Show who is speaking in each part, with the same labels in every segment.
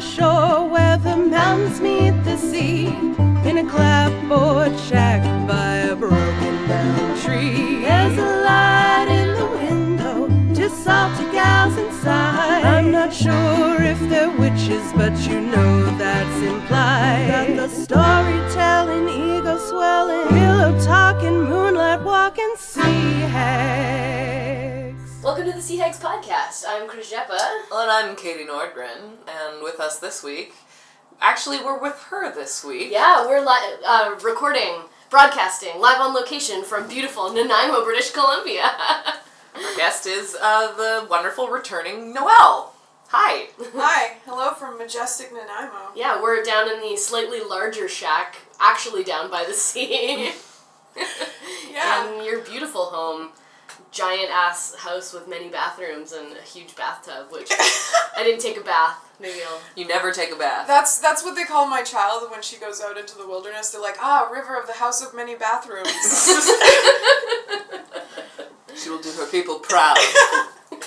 Speaker 1: shore where the mountains meet the sea. In a clapboard shack by a broken down tree. There's a light in the window, just salty gals inside. I'm not sure if they're witches, but you know that's implied. Got the storytelling, ego swelling, pillow talking, moonlight walking, sea hags.
Speaker 2: Welcome to the Sea Hags Podcast. I'm Chris Jeppa.
Speaker 3: Well, and I'm Katie Nordgren, and with us this week, actually, we're with her this week.
Speaker 2: Yeah, we're li- uh, recording, broadcasting, live on location from beautiful Nanaimo, British Columbia.
Speaker 3: Our guest is uh, the wonderful returning Noelle. Hi.
Speaker 4: Hi, hello from majestic Nanaimo.
Speaker 2: yeah, we're down in the slightly larger shack, actually down by the sea.
Speaker 4: Yeah.
Speaker 2: In your beautiful home, giant ass house with many bathrooms and a huge bathtub, which I didn't take a bath. Maybe I'll.
Speaker 3: You never take a bath.
Speaker 4: That's that's what they call my child when she goes out into the wilderness. They're like, ah, river of the house of many bathrooms.
Speaker 3: She will do her people proud. we're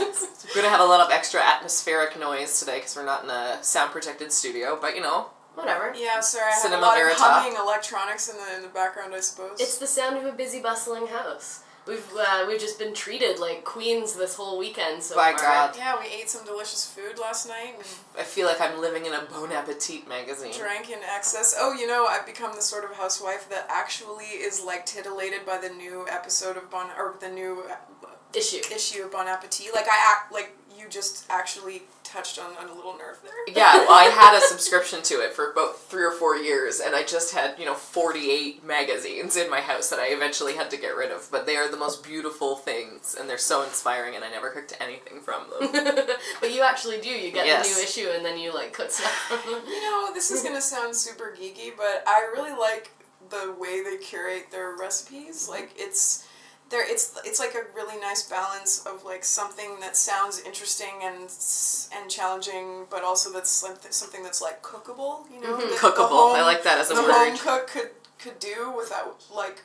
Speaker 3: gonna have a lot of extra atmospheric noise today because we're not in a sound protected studio, but you know,
Speaker 2: Whatever.
Speaker 4: yeah, sorry, I have
Speaker 3: Cinema
Speaker 4: a lot
Speaker 3: verita.
Speaker 4: of humming electronics in the in the background, I suppose.
Speaker 2: It's the sound of a busy, bustling house. We've uh, we've just been treated like queens this whole weekend so
Speaker 3: By
Speaker 2: far.
Speaker 3: God.
Speaker 4: yeah, we ate some delicious food last night and
Speaker 3: I feel like I'm living in a Bon Appetit magazine.
Speaker 4: drank in excess. Oh, you know, I've become the sort of housewife that actually is like titillated by the new episode of Bon or the new
Speaker 2: Issue.
Speaker 4: issue of Bon Appetit. Like I act like you just actually touched on, on a little nerve there.
Speaker 3: Yeah, well, I had a subscription to it for about three or four years, and I just had, you know, 48 magazines in my house that I eventually had to get rid of. But they are the most beautiful things, and they're so inspiring, and I never cooked anything from them.
Speaker 2: but you actually do. You get
Speaker 3: Yes.
Speaker 2: the new issue and then you like cook stuff.
Speaker 4: You know, this is gonna sound super geeky, but I really like the way they curate their recipes. Like it's there it's it's like a really nice balance of like something that sounds interesting and s- and challenging, but also that's something something that's like cookable, you know? that the
Speaker 3: Mm-hmm. Cookable. I like that as a
Speaker 4: the
Speaker 3: word.
Speaker 4: home cook could could do without like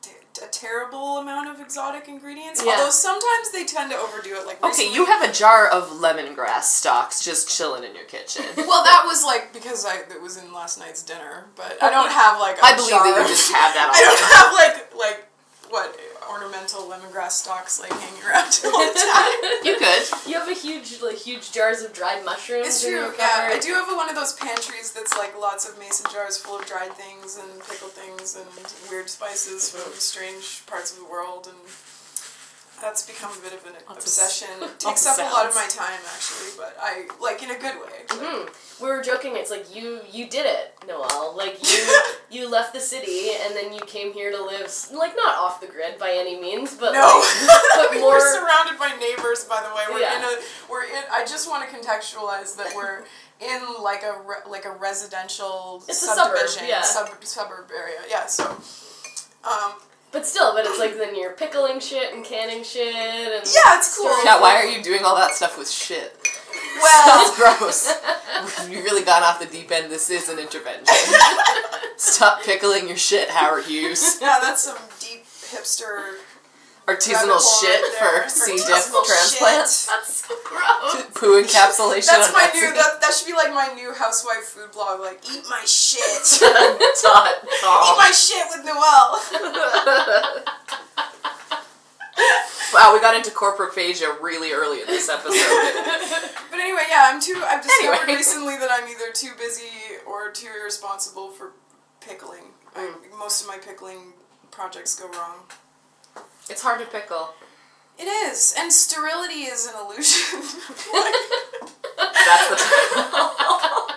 Speaker 4: t- a terrible amount of exotic ingredients.
Speaker 2: Yeah.
Speaker 4: Although sometimes they tend to overdo it like
Speaker 3: Okay,
Speaker 4: recently-
Speaker 3: you have a jar of lemongrass stalks just chilling in your kitchen.
Speaker 4: Well, that was like because I it was in last night's dinner, but I don't have like a
Speaker 3: I believe that
Speaker 4: jar.
Speaker 3: you just have that
Speaker 4: I
Speaker 3: all
Speaker 4: don't have like like what ornamental lemongrass stalks like hanging around all the time.
Speaker 3: You could.
Speaker 2: you have a huge like huge jars of dried mushrooms.
Speaker 4: It's
Speaker 2: in
Speaker 4: true.
Speaker 2: your
Speaker 4: Yeah, I
Speaker 2: cupboard.
Speaker 4: do have one of those pantries that's like lots of mason jars full of dried things and pickled things and weird spices from strange parts of the world, and that's become a bit of an
Speaker 3: Lots of s-
Speaker 4: obsession. It
Speaker 3: lots
Speaker 4: takes
Speaker 3: of
Speaker 4: up a lot of my
Speaker 3: sounds.
Speaker 4: time actually, but I like in a good way.
Speaker 2: Hmm. We were joking. It's like you you did it, Noel. Like you you left the city and then you came here to live s- like not off the grid by any means, but
Speaker 4: No,
Speaker 2: but
Speaker 4: we
Speaker 2: more-
Speaker 4: are surrounded by neighbors. By the way, we're
Speaker 2: Yeah.
Speaker 4: in a we're in. I just want to contextualize that we're in like a re, like a residential
Speaker 2: It's a suburb,
Speaker 4: subdivision,
Speaker 2: yeah.
Speaker 4: sub, suburb area. Yeah, so um,
Speaker 2: but still, but it's like then you're pickling shit and canning shit and
Speaker 4: yeah, it's cool.
Speaker 3: Yeah, why are you doing all that stuff with shit?
Speaker 4: Well,
Speaker 3: That's gross. you really gone off the deep end. This is an intervention. Stop pickling your shit, Howard Hughes.
Speaker 4: yeah, that's some deep hipster rabbit
Speaker 3: Artisanal
Speaker 4: hole
Speaker 3: shit
Speaker 4: right there.
Speaker 3: for C. diff
Speaker 4: Artisanal
Speaker 3: transplant.
Speaker 4: shit.
Speaker 2: That's so gross.
Speaker 3: Poo encapsulation
Speaker 4: That's
Speaker 3: on
Speaker 4: my new.
Speaker 3: Etsy.
Speaker 4: That, that should be like my new housewife food blog. Like, eat my shit. eat
Speaker 3: Dot com.
Speaker 4: my shit with Noelle.
Speaker 3: Wow, we got into corporophagia really early in this episode.
Speaker 4: But anyway, yeah, I'm too. I've discovered
Speaker 3: Anyway.
Speaker 4: recently that I'm either too busy or too irresponsible for pickling.
Speaker 3: Mm.
Speaker 4: I, most of my pickling projects go wrong.
Speaker 3: it's hard to pickle.
Speaker 4: It is, and sterility is an illusion. Like,
Speaker 3: That's the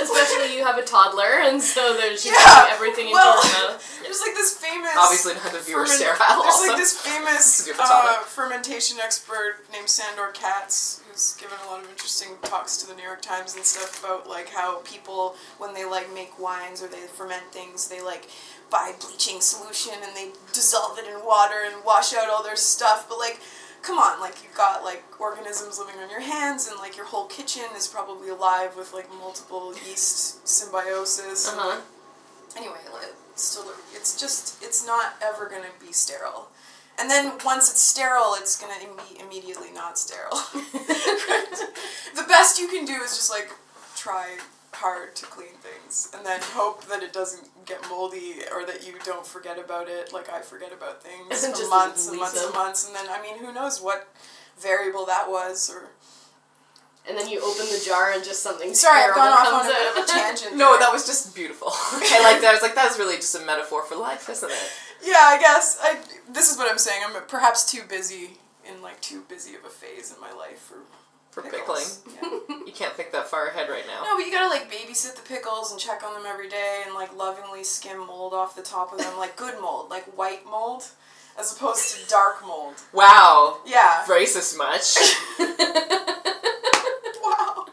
Speaker 2: Especially you have a toddler, and so there's just
Speaker 4: Yeah,
Speaker 2: like, everything in
Speaker 4: well,
Speaker 2: your mouth.
Speaker 4: there's like this famous.
Speaker 3: obviously not the viewer
Speaker 4: ferment-
Speaker 3: sterile.
Speaker 4: There's
Speaker 3: Also.
Speaker 4: like this famous
Speaker 3: Give us all
Speaker 4: uh, fermentation expert named Sandor Katz who's given a lot of interesting talks to the New York Times and stuff about like how people when they like make wines or they ferment things they like buy bleaching solution and they dissolve it in water and wash out all their stuff but like come on like you've got like organisms living on your hands and like your whole kitchen is probably alive with like multiple yeast symbiosis and,
Speaker 2: Uh-huh.
Speaker 4: anyway, like, still, it's just, it's not ever gonna be sterile. And then once it's sterile, it's gonna imme- immediately not sterile. the best you can do is just like try hard to clean things and then hope that it doesn't get moldy or that you don't forget about it like I forget about things
Speaker 2: Just
Speaker 4: for months and
Speaker 2: leave
Speaker 4: months and
Speaker 2: them.
Speaker 4: months and then I mean who knows what variable that was or
Speaker 2: And then you open the jar and just something
Speaker 4: sorry I've
Speaker 2: terrible
Speaker 4: gone off on
Speaker 2: comes
Speaker 4: a bit of
Speaker 2: out.
Speaker 4: a tangent
Speaker 3: No,
Speaker 4: there.
Speaker 3: that was just beautiful. I like that. I was like, that is really just a metaphor for life, isn't it?
Speaker 4: yeah I guess I this is what I'm saying I'm perhaps too busy in like too busy of a phase in my life for
Speaker 3: For pickling.
Speaker 4: pickles. Yeah.
Speaker 3: You can't think that far ahead right now.
Speaker 4: No, but you gotta like babysit the pickles and check on them every day and like lovingly skim mold off the top of them, like good mold, like white mold, as opposed to dark mold.
Speaker 3: Wow.
Speaker 4: Yeah.
Speaker 3: Racist much.
Speaker 4: Wow.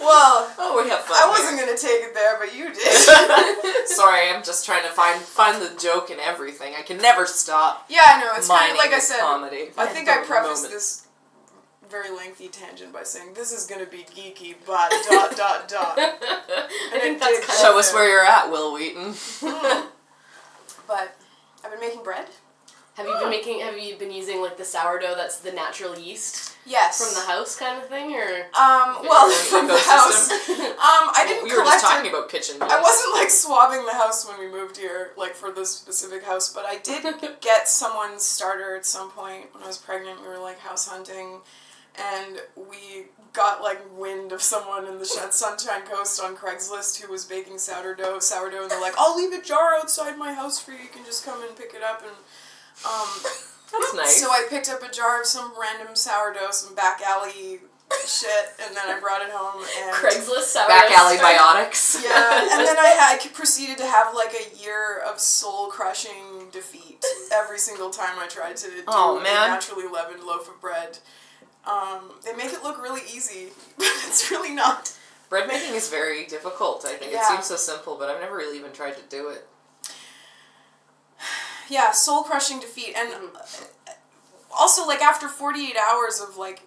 Speaker 4: well,
Speaker 3: oh, we have fun.
Speaker 4: I wasn't gonna take it there, but you did.
Speaker 3: here. Sorry, I'm just trying to find find the joke in everything. I can never stop.
Speaker 4: yeah, I know. It's kind
Speaker 3: mining
Speaker 4: of like I
Speaker 3: this
Speaker 4: said.
Speaker 3: comedy.
Speaker 4: I think I
Speaker 3: Every
Speaker 4: prefaced
Speaker 3: moment.
Speaker 4: this very lengthy tangent by saying this is gonna be geeky, but dot dot dot.
Speaker 2: I think that's kind
Speaker 3: Show
Speaker 2: of
Speaker 3: us where you're at, Will Wheaton.
Speaker 4: But I've been making bread.
Speaker 2: Have you been making? Have you been using like the sourdough that's the natural yeast
Speaker 4: Yes.
Speaker 2: from the house kind of thing, or
Speaker 4: Um, well,
Speaker 3: Your
Speaker 4: from the house.
Speaker 3: ecosystem.
Speaker 4: Um, I didn't
Speaker 3: We were
Speaker 4: collect
Speaker 3: just talking
Speaker 4: it.
Speaker 3: about kitchen.
Speaker 4: I wasn't like swabbing the house when we moved here, like for this specific house, but I did get someone's starter at some point when I was pregnant. We were like house hunting, and we got like wind of someone in the Sh- Sunshine Coast on Craigslist who was baking sourdough, sourdough, and they're like, "I'll leave a jar outside my house for you. You can just come and pick it up." And um,
Speaker 3: That's nice.
Speaker 4: so I picked up a jar of some random sourdough, some back alley shit, and then I brought it home and
Speaker 2: Craigslist sourdough?
Speaker 3: Back alley
Speaker 2: starter?
Speaker 3: biotics.
Speaker 4: Yeah, and then I, had- I proceeded to have like a year of soul crushing defeat every single time I tried to do
Speaker 3: Oh,
Speaker 4: a
Speaker 3: man.
Speaker 4: naturally leavened loaf of bread. Um, they make it look really easy, but it's really not.
Speaker 3: Bread making is very difficult. I think it
Speaker 4: Yeah.
Speaker 3: seems so simple, but I've never really even tried to do it.
Speaker 4: Yeah, soul crushing defeat, and uh, also like after forty eight hours of like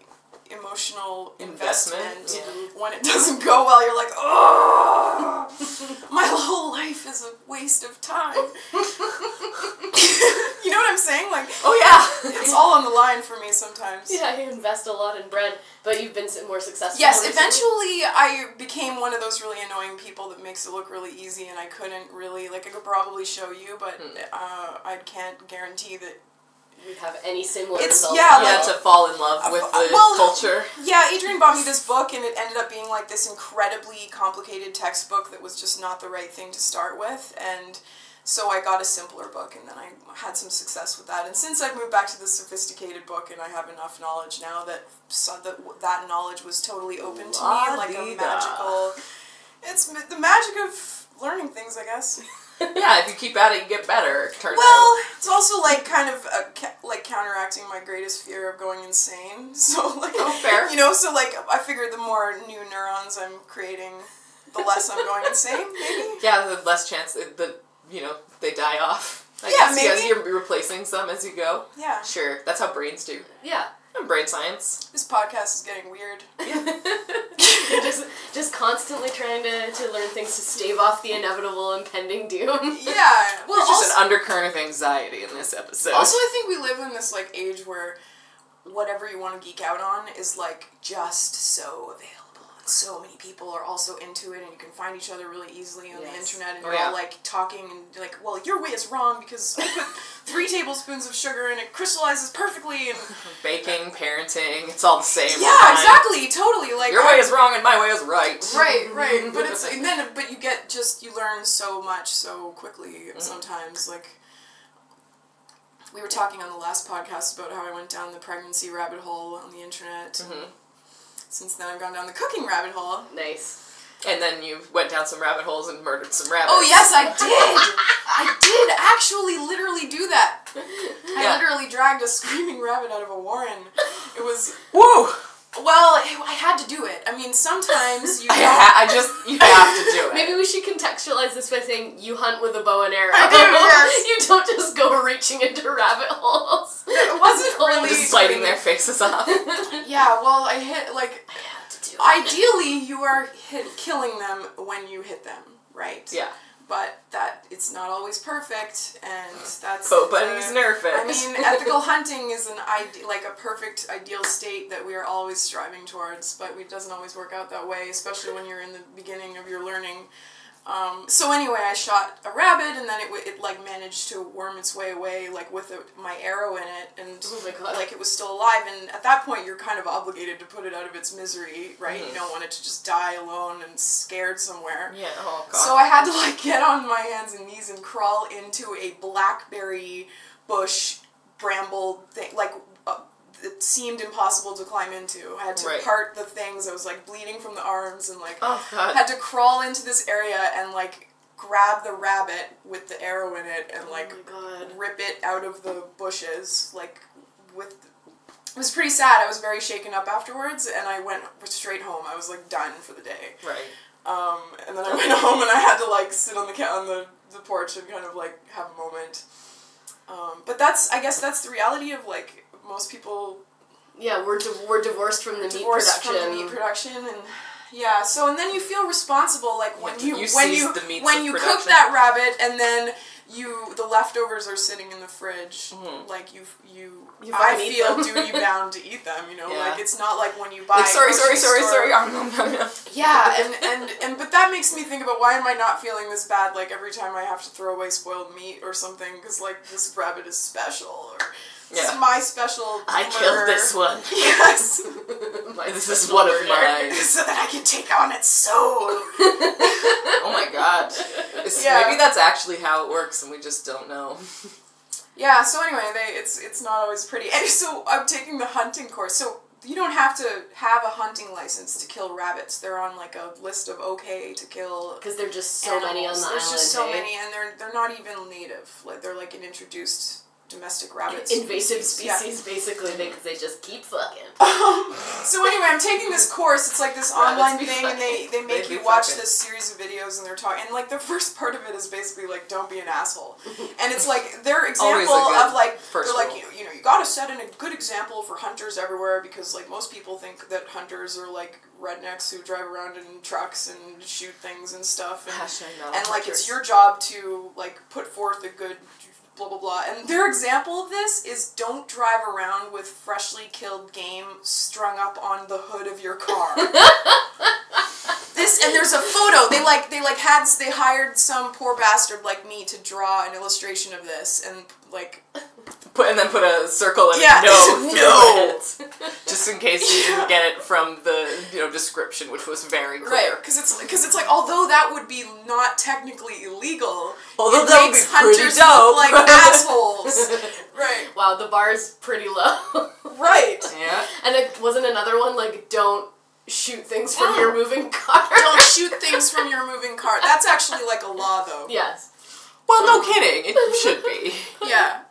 Speaker 4: emotional
Speaker 3: Investment,
Speaker 4: investment, when it doesn't go well, you're like, oh, my whole life is a waste of time. you know what I'm saying? Like
Speaker 3: Oh yeah.
Speaker 4: it's all on the line for me sometimes.
Speaker 2: Yeah, you invest a lot in bread, but you've been more successful.
Speaker 4: Yes,
Speaker 2: recently.
Speaker 4: eventually I became one of those really annoying people that makes it look really easy, and I couldn't really like I could probably show you, but uh, I can't guarantee that.
Speaker 2: We have any similar
Speaker 4: It's-
Speaker 2: results.
Speaker 4: yeah,
Speaker 2: at
Speaker 3: yeah,
Speaker 2: all.
Speaker 3: to fall in love with the
Speaker 4: Uh, Well-
Speaker 3: culture.
Speaker 4: Yeah, Adrian bought me this book, and it ended up being like this incredibly complicated textbook that was just not the right thing to start with, and. So I got a simpler book, and then I had some success with that. And since I've moved back to the sophisticated book, and I have enough knowledge now that so that that knowledge was totally open to me, like a
Speaker 3: La-dee-da.
Speaker 4: magical. It's ma- the magic of learning things, I guess.
Speaker 3: Yeah, if you keep at it, you get better. It turns
Speaker 4: Well, it's also like kind of a, ca- like counteracting my greatest fear of going insane. So like,
Speaker 3: Oh, fair.
Speaker 4: you know, so like I figured the more new neurons I'm creating, the less I'm going insane. Maybe.
Speaker 3: out. Yeah, the less chance that the you know they die off. I
Speaker 4: Yeah,
Speaker 3: guess, yes,
Speaker 4: maybe.
Speaker 3: you're replacing some as you go.
Speaker 4: Yeah.
Speaker 3: Sure, that's how brains do.
Speaker 2: yeah.
Speaker 3: And brain science.
Speaker 4: This podcast is getting weird.
Speaker 2: just, just constantly trying to, to learn things to stave off the inevitable impending doom.
Speaker 4: Yeah. Well,
Speaker 3: There's just
Speaker 4: also,
Speaker 3: an undercurrent of anxiety in this episode.
Speaker 4: also I think we live in this like age where whatever you want to geek out on is like just so available. and So many people are also into it, and you can find each other really easily on the
Speaker 2: Yes.
Speaker 4: internet,
Speaker 3: Oh,
Speaker 4: and you're
Speaker 3: yeah.
Speaker 4: all like talking and you're like, "Well, your way is wrong because I put three tablespoons of sugar and it crystallizes perfectly." And
Speaker 3: Baking, parenting, it's all the same. all the
Speaker 4: yeah,
Speaker 3: time.
Speaker 4: exactly, totally. Like
Speaker 3: Your
Speaker 4: I-
Speaker 3: way is wrong and my way is right.
Speaker 4: right, right. But it's and then but you get just you learn so much so quickly
Speaker 3: Mm-hmm.
Speaker 4: sometimes. Like we were talking on the last podcast about how I went down the pregnancy rabbit hole on the internet.
Speaker 3: Mm-hmm.
Speaker 4: and Since then, I've gone down the cooking rabbit hole.
Speaker 2: nice.
Speaker 3: And then you went down some rabbit holes and murdered some rabbits.
Speaker 4: Oh yes, I did. I did actually literally do that.
Speaker 3: Yeah.
Speaker 4: I literally dragged a screaming rabbit out of a warren. It was
Speaker 3: Woo!
Speaker 4: well, I had to do it. I mean, sometimes you
Speaker 3: I,
Speaker 4: don't-
Speaker 3: ha- I just you have to do it.
Speaker 2: Maybe we should contextualize this by saying you hunt with a bow and arrow.
Speaker 4: I do, yes.
Speaker 2: you don't just go reaching into rabbit holes.
Speaker 4: it wasn't really
Speaker 3: just biting their faces off.
Speaker 4: Yeah, well, I hit like
Speaker 2: I have to do it.
Speaker 4: ideally you are hit, killing them when you hit them, right?
Speaker 3: yeah.
Speaker 4: but that it's not always perfect, and that's.
Speaker 3: But
Speaker 4: the-
Speaker 3: buddy's nervous.
Speaker 4: I mean, ethical hunting is an ide- like a perfect ideal state that we are always striving towards, but it doesn't always work out that way, especially when you're in the beginning of your learning. Um, so anyway, I shot a rabbit, and then it, w- it like managed to worm its way away, like with a, my arrow in it, and
Speaker 2: Oh my God.
Speaker 4: like it was still alive. And at that point, you're kind of obligated to put it out of its misery, right? You don't want it to just die alone and scared somewhere.
Speaker 2: Mm-hmm. Yeah. Oh god.
Speaker 4: So I had to like get on my hands and knees and crawl into a blackberry bush bramble thing. Like, uh, it seemed impossible to climb into. I had to
Speaker 3: Right.
Speaker 4: part the things. I was like bleeding from the arms and like
Speaker 3: Oh god.
Speaker 4: had to crawl into this area and like grab the rabbit with the arrow in it and like
Speaker 2: oh my god.
Speaker 4: rip it out of the bushes like with it was pretty sad. I was very shaken up afterwards and I went straight home. I was like done for the day.
Speaker 3: Right.
Speaker 4: Um, and then I went home and I had to like sit on the ca- on the, the porch and kind of like have a moment. Um, but that's I guess that's the reality of like most people
Speaker 2: Yeah, we're div- we're divorced from the meat
Speaker 4: divorce
Speaker 2: production.
Speaker 4: from the meat production and yeah. So and then you feel responsible like when
Speaker 3: Yeah,
Speaker 4: you,
Speaker 3: you
Speaker 4: when
Speaker 3: seize
Speaker 4: you
Speaker 3: the meats
Speaker 4: when
Speaker 3: of
Speaker 4: you cook
Speaker 3: production.
Speaker 4: that rabbit and then you the leftovers are sitting in the fridge
Speaker 3: Mm-hmm.
Speaker 4: like you you,
Speaker 2: You
Speaker 4: I
Speaker 2: fucking eat
Speaker 4: feel
Speaker 2: them.
Speaker 4: duty bound to eat them. You know
Speaker 3: Yeah.
Speaker 4: like it's not like when you buy
Speaker 3: Like sorry, sorry,
Speaker 4: grocery
Speaker 3: sorry,
Speaker 4: store-
Speaker 3: sorry. Um, um, um, um.
Speaker 4: yeah, and, and and but that makes me think about why am I not feeling this bad like every time I have to throw away spoiled meat or something because like this rabbit is special or this
Speaker 3: Yeah.
Speaker 4: is my special.
Speaker 3: I killed this one.
Speaker 4: Yes,
Speaker 2: My
Speaker 3: This is one of mine.
Speaker 4: so that I can take on its soul.
Speaker 3: Oh my god. It's-
Speaker 4: Yeah.
Speaker 3: Maybe that's actually how it works and we just don't know.
Speaker 4: Yeah. So anyway, they it's it's not always pretty. And so I'm taking the hunting course. So you don't have to have a hunting license to kill rabbits. They're on like a list of okay to kill
Speaker 2: Because there are just so many on the
Speaker 4: animals.
Speaker 2: island.
Speaker 4: There's just so
Speaker 2: eh?
Speaker 4: many, and they're they're not even native. Like they're like an introduced domestic rabbit
Speaker 2: invasive
Speaker 4: Yeah.
Speaker 2: species basically because they just keep fucking.
Speaker 4: So anyway, I'm taking this course. It's like this
Speaker 3: Rabbits
Speaker 4: online
Speaker 3: be
Speaker 4: thing, and they they make
Speaker 3: They
Speaker 4: you
Speaker 3: be
Speaker 4: watch
Speaker 3: fucking.
Speaker 4: this series of videos, and they're talking. And like the first part of it is basically like, don't be an asshole. And it's like their example
Speaker 3: good
Speaker 4: of like
Speaker 3: first
Speaker 4: they're like
Speaker 3: rule.
Speaker 4: you, you know you gotta set in a good example for hunters everywhere because like most people think that hunters are like rednecks who drive around in trucks and shoot things and stuff. And
Speaker 3: Hashtag not
Speaker 4: and like it's
Speaker 3: hunters.
Speaker 4: your job to like put forth a good blah blah blah and their example of this is don't drive around with freshly killed game strung up on the hood of your car this and there's a photo they like they like had they hired some poor bastard like me to draw an illustration of this and like
Speaker 3: Put and then put a circle and
Speaker 4: Yeah.
Speaker 3: a no, through
Speaker 4: No.
Speaker 3: it. Just in case you didn't get it from the you know description, which was very clear.
Speaker 4: Right, because it's because it's like although that would be not technically illegal,
Speaker 3: Although
Speaker 4: it
Speaker 3: that would
Speaker 4: makes
Speaker 3: be pretty
Speaker 4: hunters
Speaker 3: dope.
Speaker 4: look like assholes. right,
Speaker 2: Wow, the bar is pretty low.
Speaker 4: right.
Speaker 3: Yeah.
Speaker 2: and it wasn't another one like don't shoot things from
Speaker 4: No.
Speaker 2: your moving car.
Speaker 4: don't shoot things from your moving car. That's actually like a law, though.
Speaker 2: yes.
Speaker 3: Well, no kidding. It should be.
Speaker 4: Yeah.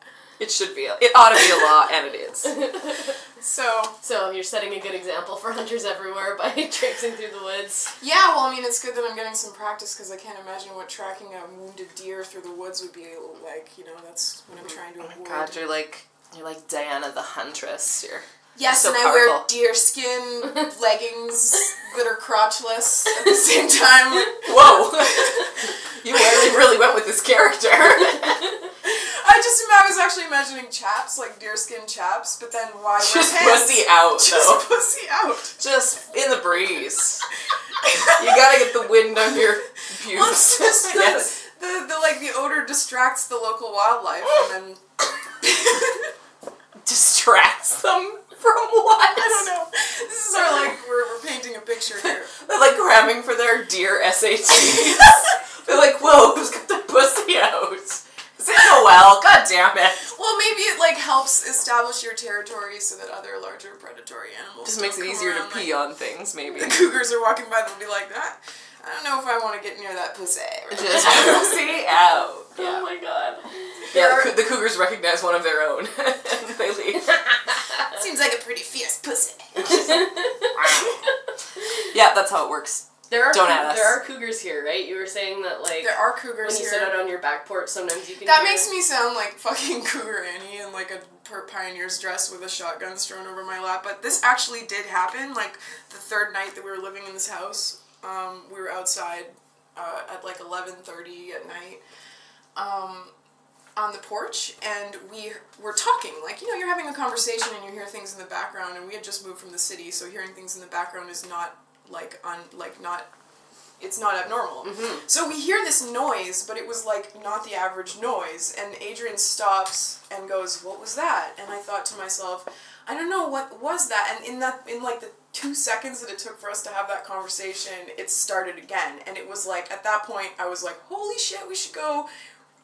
Speaker 3: It should be. It ought to be a law, and it is.
Speaker 4: So
Speaker 2: So you're setting a good example for hunters everywhere by traipsing through the woods.
Speaker 4: yeah, well, I mean, it's good that I'm getting some practice because I can't imagine what tracking a wounded deer through the woods would be like. You know, that's what I'm trying to
Speaker 3: Oh my
Speaker 4: avoid.
Speaker 3: god, you're like you're like Diana the Huntress. You're
Speaker 4: yes,
Speaker 3: so
Speaker 4: and I wear
Speaker 3: powerful.
Speaker 4: deer skin leggings that are crotchless at the same time.
Speaker 3: whoa.
Speaker 2: Oh
Speaker 3: you really really went with this character.
Speaker 4: I just ima- I was actually imagining chaps like deer skin chaps, but then why wear
Speaker 3: Just
Speaker 4: pants?
Speaker 3: pussy out though.
Speaker 4: Just pussy out.
Speaker 3: Just in the breeze. You gotta get the wind under your
Speaker 4: Well,
Speaker 3: pubes.
Speaker 4: it's just the,
Speaker 3: yes.
Speaker 4: the, the like the odor distracts the local wildlife and then
Speaker 3: Distracts them from what?
Speaker 4: I don't know. This is our like we're, we're painting a picture here.
Speaker 3: They're like cramming for their dear SATs. They're like, whoa, who's got the pussy out? Is it Noel? God damn it.
Speaker 4: Well, maybe it like helps establish your territory so that other larger predatory animals
Speaker 3: Just makes it
Speaker 4: don't come
Speaker 3: easier to
Speaker 4: around,
Speaker 3: pee
Speaker 4: like,
Speaker 3: on things, maybe.
Speaker 4: The cougars are walking by, they'll be like, ah, I don't know if I want to get near that pussy.
Speaker 3: Just pussy
Speaker 2: Oh
Speaker 3: out. Yeah,
Speaker 2: my god.
Speaker 3: yeah the, cou- the cougars recognize one of their own. and they leave.
Speaker 4: Seems like a pretty fierce pussy.
Speaker 3: Yeah, that's how it works.
Speaker 2: There are
Speaker 3: Don't
Speaker 2: cou-
Speaker 3: at us.
Speaker 2: there are cougars here, right? You were saying that like
Speaker 4: There are
Speaker 2: when
Speaker 4: cougars
Speaker 2: you sit
Speaker 4: here.
Speaker 2: out on your back porch, sometimes you can.
Speaker 4: That
Speaker 2: hear-
Speaker 4: makes me sound like fucking Cougar Annie in like a per- pioneer's dress with a shotgun thrown over my lap. But this actually did happen. Like the third night that we were living in this house, um, we were outside uh, at like eleven thirty at night. Um, on the porch and we were talking like you know you're having a conversation and you hear things in the background and we had just moved from the city so hearing things in the background is not like on like not it's not abnormal so we hear this noise but it was like not the average noise and adrian stops and goes what was that and i thought to myself i don't know what was that and in that in like the two seconds that it took for us to have that conversation it started again and it was like at that point i was like holy shit we should go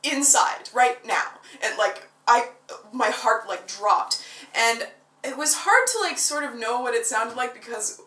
Speaker 4: inside right now and like i my heart like dropped and it was hard to like sort of know what it sounded like because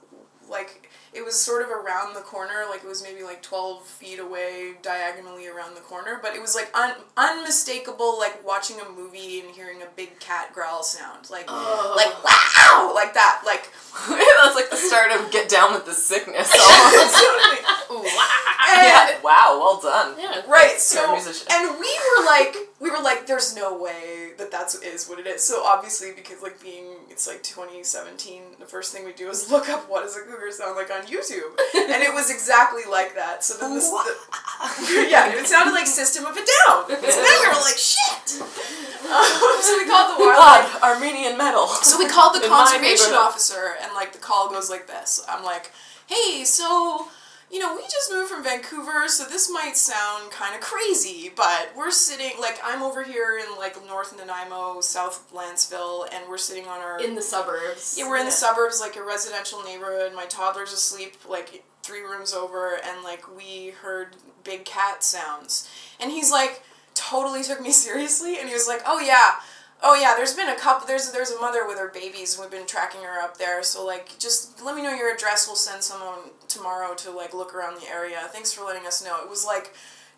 Speaker 4: like it was sort of around the corner like it was maybe like 12 feet away diagonally around the corner but it was like un- unmistakable like watching a movie and hearing a big cat growl sound like like wow like that like
Speaker 3: That's like the start of Get Down with the Sickness. almost.
Speaker 4: And-
Speaker 3: yeah. Wow, well done.
Speaker 2: Yeah.
Speaker 4: Right.
Speaker 3: You're
Speaker 4: So
Speaker 3: a musician.
Speaker 4: and we were like we were like there's no way that that's is what it is. So obviously because like being it's like 2017 the first thing we do is look up what does a cougar sound like on YouTube. and it was exactly like that. So then this the, yeah, it sounded like System of a Down. So then we were like shit. Um, so we called the wildlife
Speaker 3: Bob, Armenian metal.
Speaker 4: so we called the
Speaker 3: In my
Speaker 4: conservation
Speaker 3: neighborhood.
Speaker 4: officer, and like the call goes like this. I'm like, hey, so you know we just moved from Vancouver, so this might sound kind of crazy, but we're sitting like I'm over here in like North Nanaimo, South Lanceville, and we're sitting on our
Speaker 2: In the suburbs.
Speaker 4: yeah, we're in the suburbs, like a residential neighborhood. My toddler's asleep, like three rooms over, and like we heard big cat sounds. And he's like, totally took me seriously, and he was like, oh yeah, oh yeah. There's been a couple. There's there's a mother with her babies. We've been tracking her up there. So like, just let me know your address. We'll send someone tomorrow to like look around the area. Thanks for letting us know. It was like,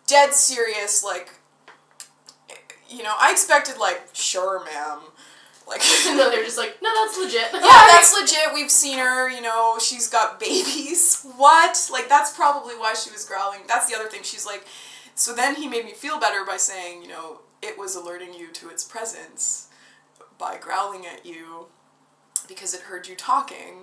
Speaker 4: dead serious. Like, you know, I expected like, sure, ma'am. Like
Speaker 2: no, they're just like, no, that's legit.
Speaker 4: yeah, that's legit. We've seen her. You know, she's got babies. What? Like, that's probably why she was growling. That's the other thing. She's like, so then he made me feel better by saying, you know, it was alerting you to its presence by growling at you because it heard you talking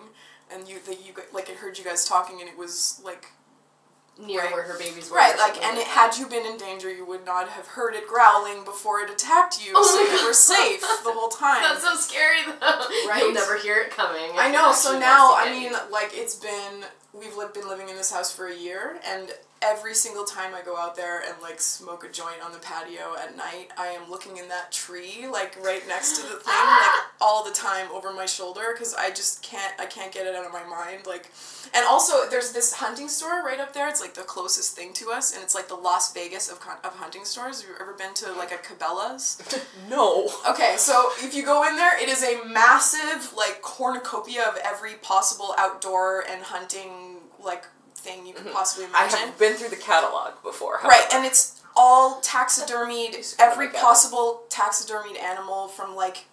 Speaker 4: and you that you like it heard you guys talking and it was like
Speaker 2: Near
Speaker 4: Right.
Speaker 2: where her babies were.
Speaker 4: right
Speaker 2: or
Speaker 4: like
Speaker 2: something
Speaker 4: and it
Speaker 2: that.
Speaker 4: had you been in danger you would not have heard it growling before it attacked you
Speaker 2: Oh
Speaker 4: so
Speaker 2: my
Speaker 4: you
Speaker 2: God.
Speaker 4: were safe the whole time
Speaker 2: That's so scary though.
Speaker 4: Right.
Speaker 2: You'll never hear it coming. if
Speaker 4: I
Speaker 2: it
Speaker 4: know. So
Speaker 2: actually
Speaker 4: now,
Speaker 2: wants to
Speaker 4: I
Speaker 2: get
Speaker 4: mean,
Speaker 2: you.
Speaker 4: like it's been we've li- been living in this house for a year, and every single time I go out there and like smoke a joint on the patio at night, I am looking in that tree, like right next to the thing, like all the time over my shoulder, because I just can't. I can't get it out of my mind. Like, and also there's this hunting store right up there. It's like the closest thing to us, and it's like the Las Vegas of con- of hunting stores. Have you ever been to like a Cabela's?
Speaker 3: no.
Speaker 4: Okay, so if you go in there, it is a massive like cornucopia of every possible outdoor and hunting like thing you could possibly
Speaker 3: Mm-hmm. I
Speaker 4: imagine.
Speaker 3: have been through the catalog before.
Speaker 4: Right, and it's all taxidermied, every
Speaker 3: together.
Speaker 4: possible taxidermied animal from like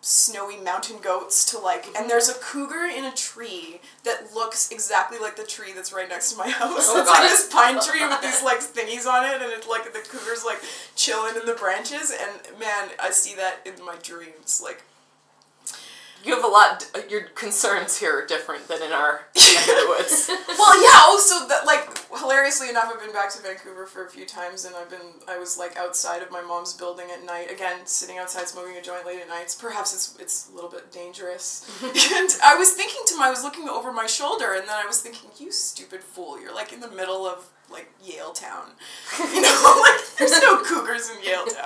Speaker 4: snowy mountain goats to like and there's a cougar in a tree that looks exactly like the tree that's right next to my house.
Speaker 3: Oh,
Speaker 4: it's like
Speaker 3: God.
Speaker 4: this pine tree with these like thingies on it and it's like the cougar's like chilling in the branches and man, I see that in my dreams. Like
Speaker 3: You have a lot. uh, Your concerns here are different than in our neck of the woods.
Speaker 4: Well, yeah. Also, that like hilariously enough, I've been back to Vancouver for a few times, and I've been I was like outside of my mom's building at night again, sitting outside smoking a joint late at nights. Perhaps it's it's a little bit dangerous. and I was thinking to my I was looking over my shoulder, and then I was thinking, you stupid fool, you're like in the middle of like Yale Town. You know, like there's no cougars in Yale Town.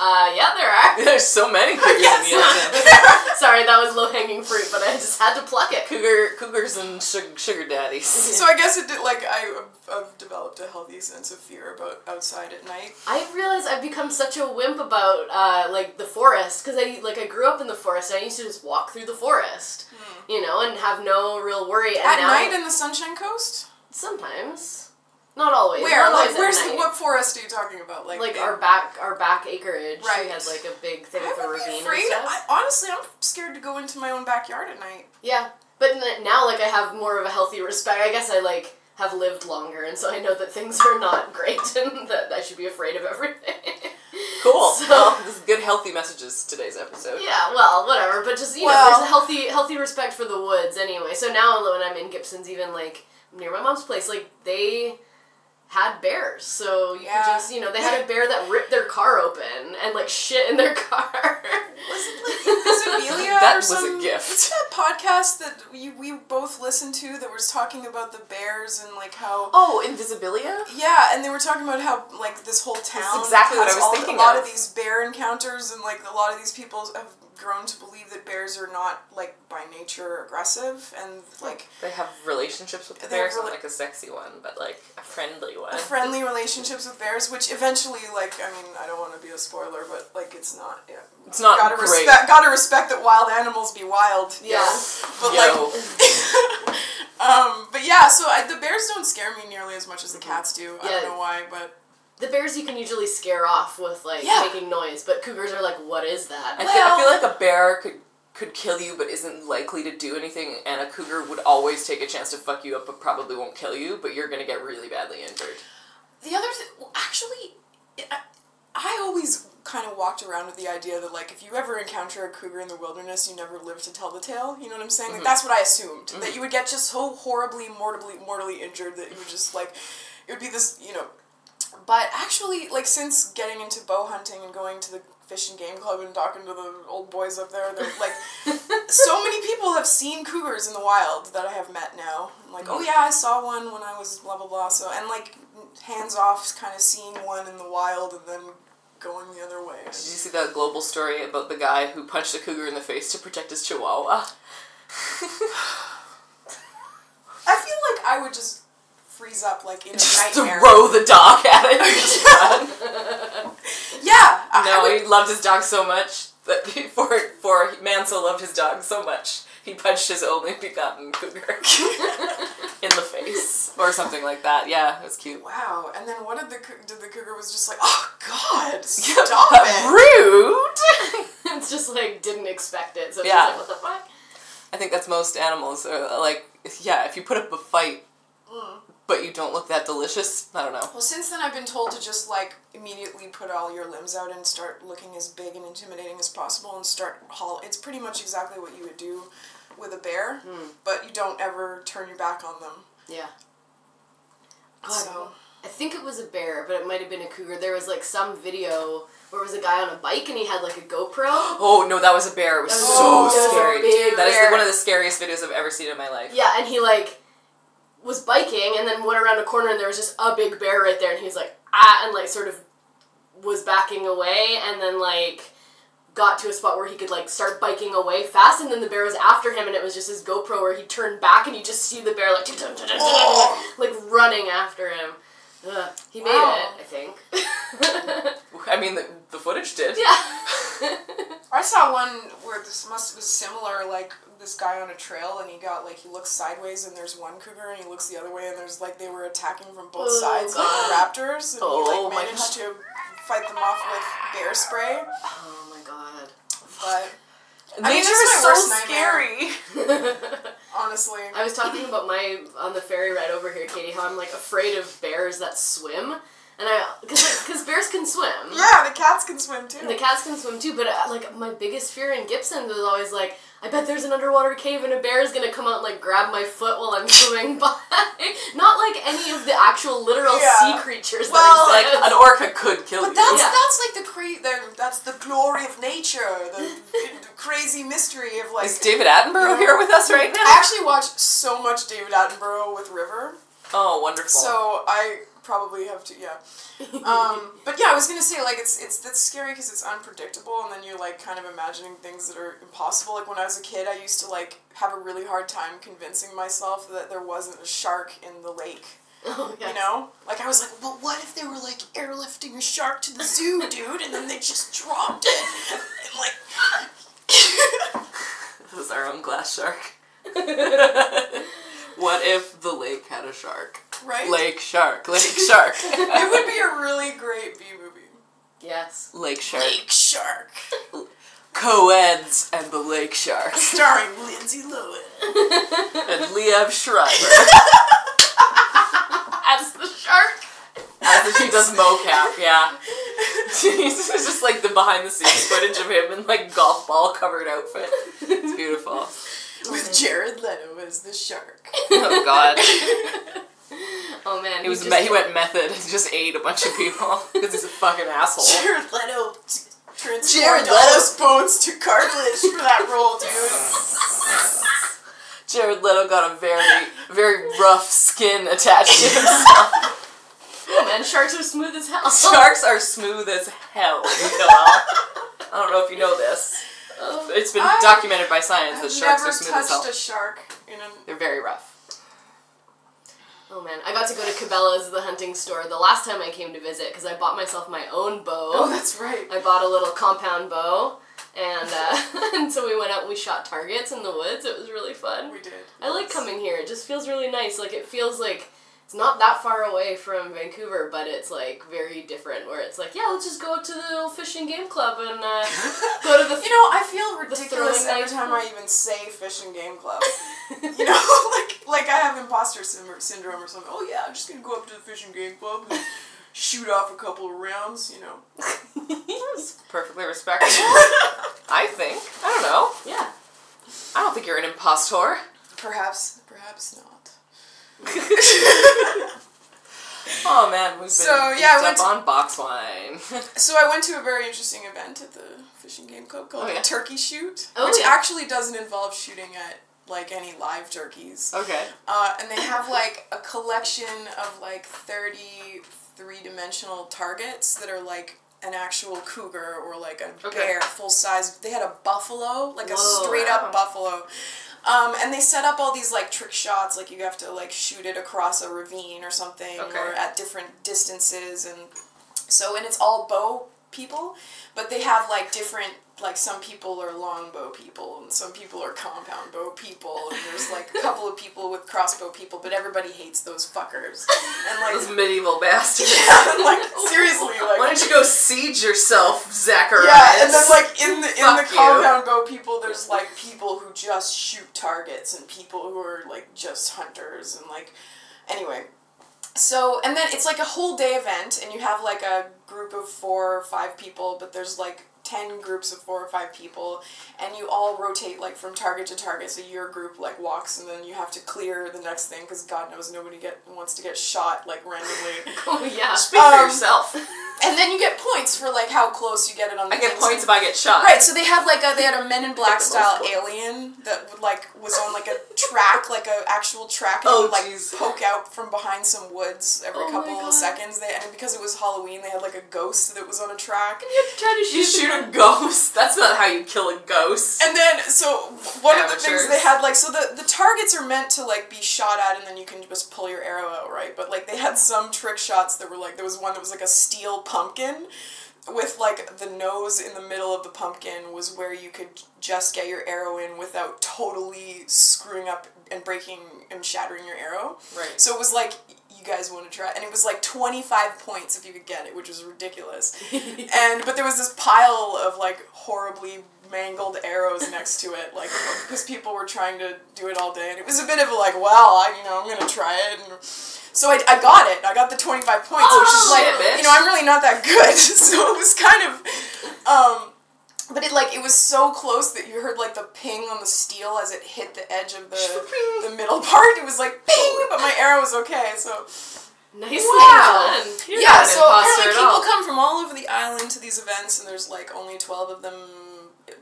Speaker 2: Uh, yeah, there are.
Speaker 3: There's so many cougars
Speaker 4: Yes.
Speaker 3: in the ocean.
Speaker 2: Sorry, that was low hanging fruit, but I just had to pluck it.
Speaker 3: Cougar, cougars and sug- sugar daddies.
Speaker 4: So I guess it did like I I've developed a healthy sense of fear about outside at night.
Speaker 2: I realize I've become such a wimp about uh, like the forest because I like I grew up in the forest and I used to just walk through the forest, you know, and have no real worry. And
Speaker 4: Hmm. At
Speaker 2: now,
Speaker 4: night in the Sunshine Coast.
Speaker 2: sometimes, not always.
Speaker 4: Where?
Speaker 2: not
Speaker 4: Like,
Speaker 2: always at
Speaker 4: where's
Speaker 2: night.
Speaker 4: the, what forest are you talking about? Like,
Speaker 2: like
Speaker 4: the-
Speaker 2: our back our back acreage.
Speaker 4: Right.
Speaker 2: We had like a big thing
Speaker 4: I
Speaker 2: with a
Speaker 4: would be
Speaker 2: ravine
Speaker 4: afraid.
Speaker 2: and stuff.
Speaker 4: I, honestly, I'm scared to go into my own backyard at night.
Speaker 2: Yeah, but n- now like I have more of a healthy respect. I guess I like have lived longer, and so I know that things are not great, and that I should be afraid of everything.
Speaker 3: Cool.
Speaker 2: So-
Speaker 3: well, this is good healthy messages today's episode.
Speaker 2: yeah, well, whatever. But just you
Speaker 4: Well-
Speaker 2: know, there's a healthy healthy respect for the woods anyway. So now when I'm in Gibson's, even like near my mom's place, like they had bears. So you
Speaker 4: Yeah.
Speaker 2: could just, you know, they had a bear that ripped their car open and like shit in their car.
Speaker 4: Invisibilia
Speaker 3: that
Speaker 4: or
Speaker 3: was
Speaker 4: some
Speaker 3: a gift.
Speaker 4: that podcast that we, we both listened to that was talking about the bears and like how
Speaker 3: Oh, Invisibilia?
Speaker 4: yeah and they were talking about how like this whole town
Speaker 3: exactly what
Speaker 4: has
Speaker 3: I was
Speaker 4: all-
Speaker 3: thinking
Speaker 4: a lot
Speaker 3: of.
Speaker 4: of these bear encounters and like a lot of these people have grown to believe that bears are not like by nature aggressive and like
Speaker 3: They have relationships with the
Speaker 4: They have
Speaker 3: bears, not
Speaker 4: rela-
Speaker 3: like a sexy one, but like a friendly one.
Speaker 4: friendly relationships with bears which eventually like i mean i don't want to be a spoiler but like it's not yeah.
Speaker 3: It's not
Speaker 4: gotta
Speaker 3: great.
Speaker 4: respect gotta respect that wild animals be wild
Speaker 2: yeah.
Speaker 4: but like
Speaker 3: Yo.
Speaker 4: Um, but yeah, so I, the bears don't scare me nearly as much as the cats do. I
Speaker 2: Yeah.
Speaker 4: don't know why, but
Speaker 2: The bears you can usually scare off with like
Speaker 4: Yeah.
Speaker 2: making noise, but cougars are like, what is that?
Speaker 3: I, feel, I
Speaker 4: Well-
Speaker 3: feel like a bear could could kill you but isn't likely to do anything and a cougar would always take a chance to fuck you up but probably won't kill you but you're gonna get really badly injured
Speaker 4: the other thing, well, actually, I, I always kind of walked around with the idea that like if you ever encounter a cougar in the wilderness, you never live to tell the tale. You know what I'm saying? Like that's what I assumed that you would get just so horribly, mortally, mortally injured that you would just like it would be this, you know. But actually, like since getting into bow hunting and going to the fish and game club and talking to the old boys up there, they're like. so many people have seen cougars in the wild that I have met now. I'm like, oh yeah, I saw one when I was blah blah blah. So and like hands off, kind of seeing one in the wild and then going the other way.
Speaker 3: did you see that global story about the guy who punched a cougar in the face to protect his chihuahua
Speaker 4: I feel like I would just freeze up like in a
Speaker 3: just
Speaker 4: nightmare.
Speaker 3: throw the dog at it
Speaker 4: Yeah, I- I
Speaker 3: no
Speaker 4: would-
Speaker 3: he loved his dog so much that he- for for Mansell loved his dog so much he punched his only begotten cougar in the face or something like that yeah it was cute
Speaker 4: wow. And then what did the cou- did the cougar was just like, oh god,
Speaker 3: Yeah,
Speaker 4: stop
Speaker 3: but
Speaker 4: it.
Speaker 3: Rude.
Speaker 2: it's just like didn't expect it, so it's
Speaker 3: Yeah.
Speaker 2: just like what the fuck?
Speaker 3: I think that's most animals. Are like, yeah, if you put up a fight,
Speaker 4: Mm.
Speaker 3: but you don't look that delicious, I don't know.
Speaker 4: Well, since then I've been told to just like immediately put all your limbs out and start looking as big and intimidating as possible and start haul. It's pretty much exactly what you would do with a bear,
Speaker 2: Hmm.
Speaker 4: but you don't ever turn your back on them.
Speaker 2: Yeah.
Speaker 4: So
Speaker 2: I think it was a bear, but it might have been a cougar. There was like some video where it was a guy on a bike and he had like a GoPro.
Speaker 3: Oh no, that was a bear. It was
Speaker 2: That was
Speaker 3: so
Speaker 4: a big
Speaker 3: scary.
Speaker 2: bear.
Speaker 3: That is the- one of the scariest videos I've ever seen in my life.
Speaker 2: Yeah, and he like was biking and then went around a corner and there was just a big bear right there and he was like ah and like sort of was backing away and then like got to a spot where he could like start biking away fast and then the bear was after him and it was just his GoPro where he turned back and you just see the bear like like running after him. Ugh, he made
Speaker 4: Wow.
Speaker 2: it, I think.
Speaker 3: I mean, the, the footage did.
Speaker 2: yeah.
Speaker 4: I saw one where this must was similar. Like this guy on a trail, and he got like he looks sideways, and there's one cougar, and he looks the other way, and there's like they were attacking from both
Speaker 2: Oh,
Speaker 4: sides, like
Speaker 2: God.
Speaker 4: raptors, and
Speaker 3: Oh,
Speaker 4: he
Speaker 3: my
Speaker 4: like managed to fight them off with bear spray,
Speaker 2: oh my god.
Speaker 4: but.
Speaker 3: Nature
Speaker 4: I mean, that's
Speaker 3: is so
Speaker 4: my worst nightmare.
Speaker 3: scary.
Speaker 4: Honestly.
Speaker 2: I was talking about my on the ferry ride over here, Katie. How I'm like afraid of bears that swim, and I because bears can swim.
Speaker 4: yeah, the cats can swim too.
Speaker 2: And the cats can swim too, but uh, like my biggest fear in Gibson was always like, I bet there's an underwater cave and a bear is gonna come out and like grab my foot while I'm swimming by. Not like any of the actual literal
Speaker 4: Yeah.
Speaker 2: sea creatures
Speaker 4: Well,
Speaker 2: that
Speaker 3: Like
Speaker 2: exist.
Speaker 3: an orca could kill
Speaker 4: but
Speaker 3: you.
Speaker 4: that's
Speaker 2: Yeah.
Speaker 4: that's like the cra- the, that's the glory of nature, the, the crazy mystery of like.
Speaker 3: Is David Attenborough here with us right
Speaker 4: I
Speaker 3: now?
Speaker 4: actually watch so much David Attenborough with River,
Speaker 3: Oh, wonderful.
Speaker 4: so I probably have to yeah. Um, but yeah, I was gonna say like it's it's that's scary because it's unpredictable, and then you're like kind of imagining things that are impossible. Like when I was a kid, I used to like have a really hard time convincing myself that there wasn't a shark in the lake.
Speaker 2: Oh, yes.
Speaker 4: You know? Like, I was like, well, what if they were, like, airlifting a shark to the zoo, dude, and then they just dropped it? And, like,
Speaker 3: this is our own glass shark. what if the lake had a shark?
Speaker 4: right?
Speaker 3: Lake shark. Lake shark.
Speaker 4: it would be a really great B movie.
Speaker 2: Yes.
Speaker 3: Lake shark.
Speaker 4: Lake Shark,
Speaker 3: Coeds and the Lake Shark
Speaker 4: starring Lindsay Lohan.
Speaker 3: and Liev Schreiber
Speaker 2: As the shark.
Speaker 3: as he does mocap. Yeah, it's just like the behind the scenes footage of him in like golf ball covered outfit. It's beautiful.
Speaker 4: Mm-hmm. With Jared Leto as the shark.
Speaker 3: Oh God,
Speaker 2: Oh man,
Speaker 3: He was
Speaker 2: just-
Speaker 3: me- he went method and just ate a bunch of people because he's a fucking asshole.
Speaker 4: Jared Leto t- transformed
Speaker 3: Jared
Speaker 4: all
Speaker 3: Leto.
Speaker 4: his bones to cartilage for that role, dude.
Speaker 3: Jared Leto got a very very rough skin attached to himself.
Speaker 2: Oh man, sharks are smooth as hell.
Speaker 3: Sharks are smooth as hell, Noel. I don't know if you know this.
Speaker 2: Oh.
Speaker 3: It's been
Speaker 4: I-
Speaker 3: documented by science that
Speaker 4: I've
Speaker 3: sharks
Speaker 4: never
Speaker 3: are smooth as hell.
Speaker 4: touched a shark in a
Speaker 3: They're very rough.
Speaker 2: Oh man, I got to go to Cabela's, the hunting store, the last time I came to visit because I bought myself my own bow.
Speaker 4: Oh, that's right.
Speaker 2: I bought a little compound bow, and uh, and so we went out and we shot targets in the woods. It was really fun.
Speaker 4: We did.
Speaker 2: I like coming here. It just feels really nice. Like it feels like it's not that far away from Vancouver, but it's like very different. Where it's like, yeah, let's just go to the old fishing game club and uh, go to the.
Speaker 4: You know, I feel ridiculous
Speaker 2: throwing
Speaker 4: every
Speaker 2: knife
Speaker 4: time
Speaker 2: club.
Speaker 4: I even say fish and game club. you know, like like I have imposter syn- syndrome or something. Oh yeah, I'm just gonna go up to the fish and game club and shoot off a couple of rounds. You know.
Speaker 3: Perfectly respectable. I think. I don't know.
Speaker 2: yeah.
Speaker 3: I don't think you're an impostor.
Speaker 4: Perhaps, perhaps not.
Speaker 3: Oh man, we've been
Speaker 4: So, yeah, I
Speaker 3: beefed up
Speaker 4: went to-
Speaker 3: on box wine.
Speaker 4: So I went to a very interesting event at the fishing game club called
Speaker 3: Oh, yeah.
Speaker 4: a turkey shoot,
Speaker 2: Oh,
Speaker 4: which
Speaker 2: yeah.
Speaker 4: actually doesn't involve shooting at like any live turkeys.
Speaker 3: okay.
Speaker 4: Uh, and they have like a collection of like 30 three dimensional targets that are like an actual cougar or like a
Speaker 3: Okay.
Speaker 4: bear full size. They had a buffalo, like a
Speaker 2: Whoa.
Speaker 4: straight up buffalo. Um, and they set up all these like trick shots, like you have to like shoot it across a ravine or something,
Speaker 3: Okay.
Speaker 4: or at different distances, and so and it's all bow people, but they have like different like some people are longbow people and some people are compound bow people and there's like a couple of people with crossbow people, but everybody hates those fuckers. And
Speaker 3: Those
Speaker 4: like,
Speaker 3: medieval bastards.
Speaker 4: like seriously, like
Speaker 3: Why don't you go siege yourself, Zacharias?
Speaker 4: yeah, and then like in the in the
Speaker 3: Fuck you.
Speaker 4: compound bow people, there's like people who just shoot targets and people who are like just hunters and like anyway. So and then it's like a whole day event and you have like a group of four or five people, but there's like ten groups of four or five people and you all rotate like from target to target so your group like walks and then you have to clear the next thing because god knows nobody get wants to get shot like randomly
Speaker 2: Oh yeah.
Speaker 3: speak for
Speaker 4: um,
Speaker 3: yourself.
Speaker 4: and then you get points for like how close you get it on the
Speaker 3: I get
Speaker 4: things.
Speaker 3: points if I get shot.
Speaker 4: Right, so they had like a they had a Men in Black
Speaker 3: Get the most
Speaker 4: style
Speaker 3: points.
Speaker 4: alien that would like was on like a track, like a actual track, and it
Speaker 3: Oh,
Speaker 4: would, like
Speaker 3: jeez.
Speaker 4: poke out from behind some woods every
Speaker 2: Oh my
Speaker 4: couple
Speaker 2: God.
Speaker 4: of seconds. They and because it was Halloween, they had like a ghost that was on a track.
Speaker 2: You have to try to shoot.
Speaker 3: You shoot a ghost. That's not how you kill a ghost.
Speaker 4: And then, so one of the things
Speaker 3: Amateurs.
Speaker 4: they had, like, so the, the targets are meant to, like, be shot at and then you can just pull your arrow out, right? But, like, they had some trick shots that were, like, there was one that was, like, a steel pumpkin with, like, the nose in the middle of the pumpkin was where you could just get your arrow in without totally screwing up and breaking and shattering your arrow.
Speaker 3: Right.
Speaker 4: So it was like you guys want to try, and it was like twenty five points if you could get it, which was ridiculous. and but there was this pile of like horribly mangled arrows next to it, like because people were trying to do it all day, and it was a bit of a like, well, I, you know, I'm gonna try it, and so I, I got it. I got the twenty five points, which is
Speaker 3: Oh,
Speaker 4: like
Speaker 3: shit, bitch.
Speaker 4: you know I'm really not that good, so it was kind of. Um, but it like it was so close that you heard like the ping on the steel as it hit the edge of the the middle part. It was like ping, but my arrow was okay. So
Speaker 2: Nicely
Speaker 3: Wow.
Speaker 2: done.
Speaker 3: You're
Speaker 4: yeah,
Speaker 3: not an
Speaker 4: so
Speaker 3: imposter
Speaker 4: apparently
Speaker 3: at all.
Speaker 4: people come from all over the island to these events, and there's like only twelve of them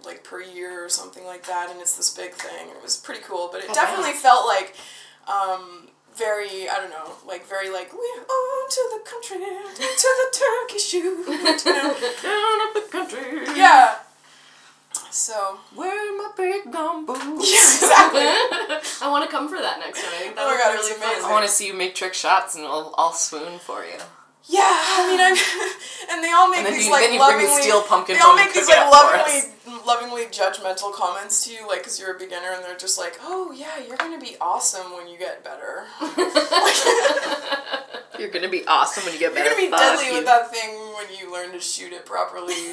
Speaker 4: like per year or something like that, and it's this big thing. It was pretty cool, but it
Speaker 3: Oh,
Speaker 4: definitely felt like. Um, very, I don't know, like very like we're on to the country, to the turkey shoot. You know?
Speaker 3: Down up the country.
Speaker 4: Yeah. So
Speaker 3: Where my big gum boots?
Speaker 4: yeah, exactly.
Speaker 2: I want to come for that next time. I think that
Speaker 4: Oh my
Speaker 2: would
Speaker 4: God,
Speaker 2: be
Speaker 4: it was
Speaker 2: really
Speaker 4: amazing.
Speaker 2: fun.
Speaker 3: I want to see you make trick shots, and I'll, I'll swoon for you.
Speaker 4: Yeah, I mean, I'm, and they all make
Speaker 3: And then
Speaker 4: these
Speaker 3: you,
Speaker 4: like
Speaker 3: then you bring
Speaker 4: lovingly.
Speaker 3: the steel pumpkin.
Speaker 4: they all
Speaker 3: home and
Speaker 4: make these
Speaker 3: cook it
Speaker 4: like
Speaker 3: up for us.
Speaker 4: lovingly, lovingly judgmental comments to you, like because you're a beginner, and they're just like, "Oh yeah, you're gonna be awesome when you get better.
Speaker 3: You're gonna be awesome when you get
Speaker 4: You're
Speaker 3: better.
Speaker 4: gonna be
Speaker 3: Fuck
Speaker 4: deadly
Speaker 3: you.
Speaker 4: with that thing when you learn to shoot it properly."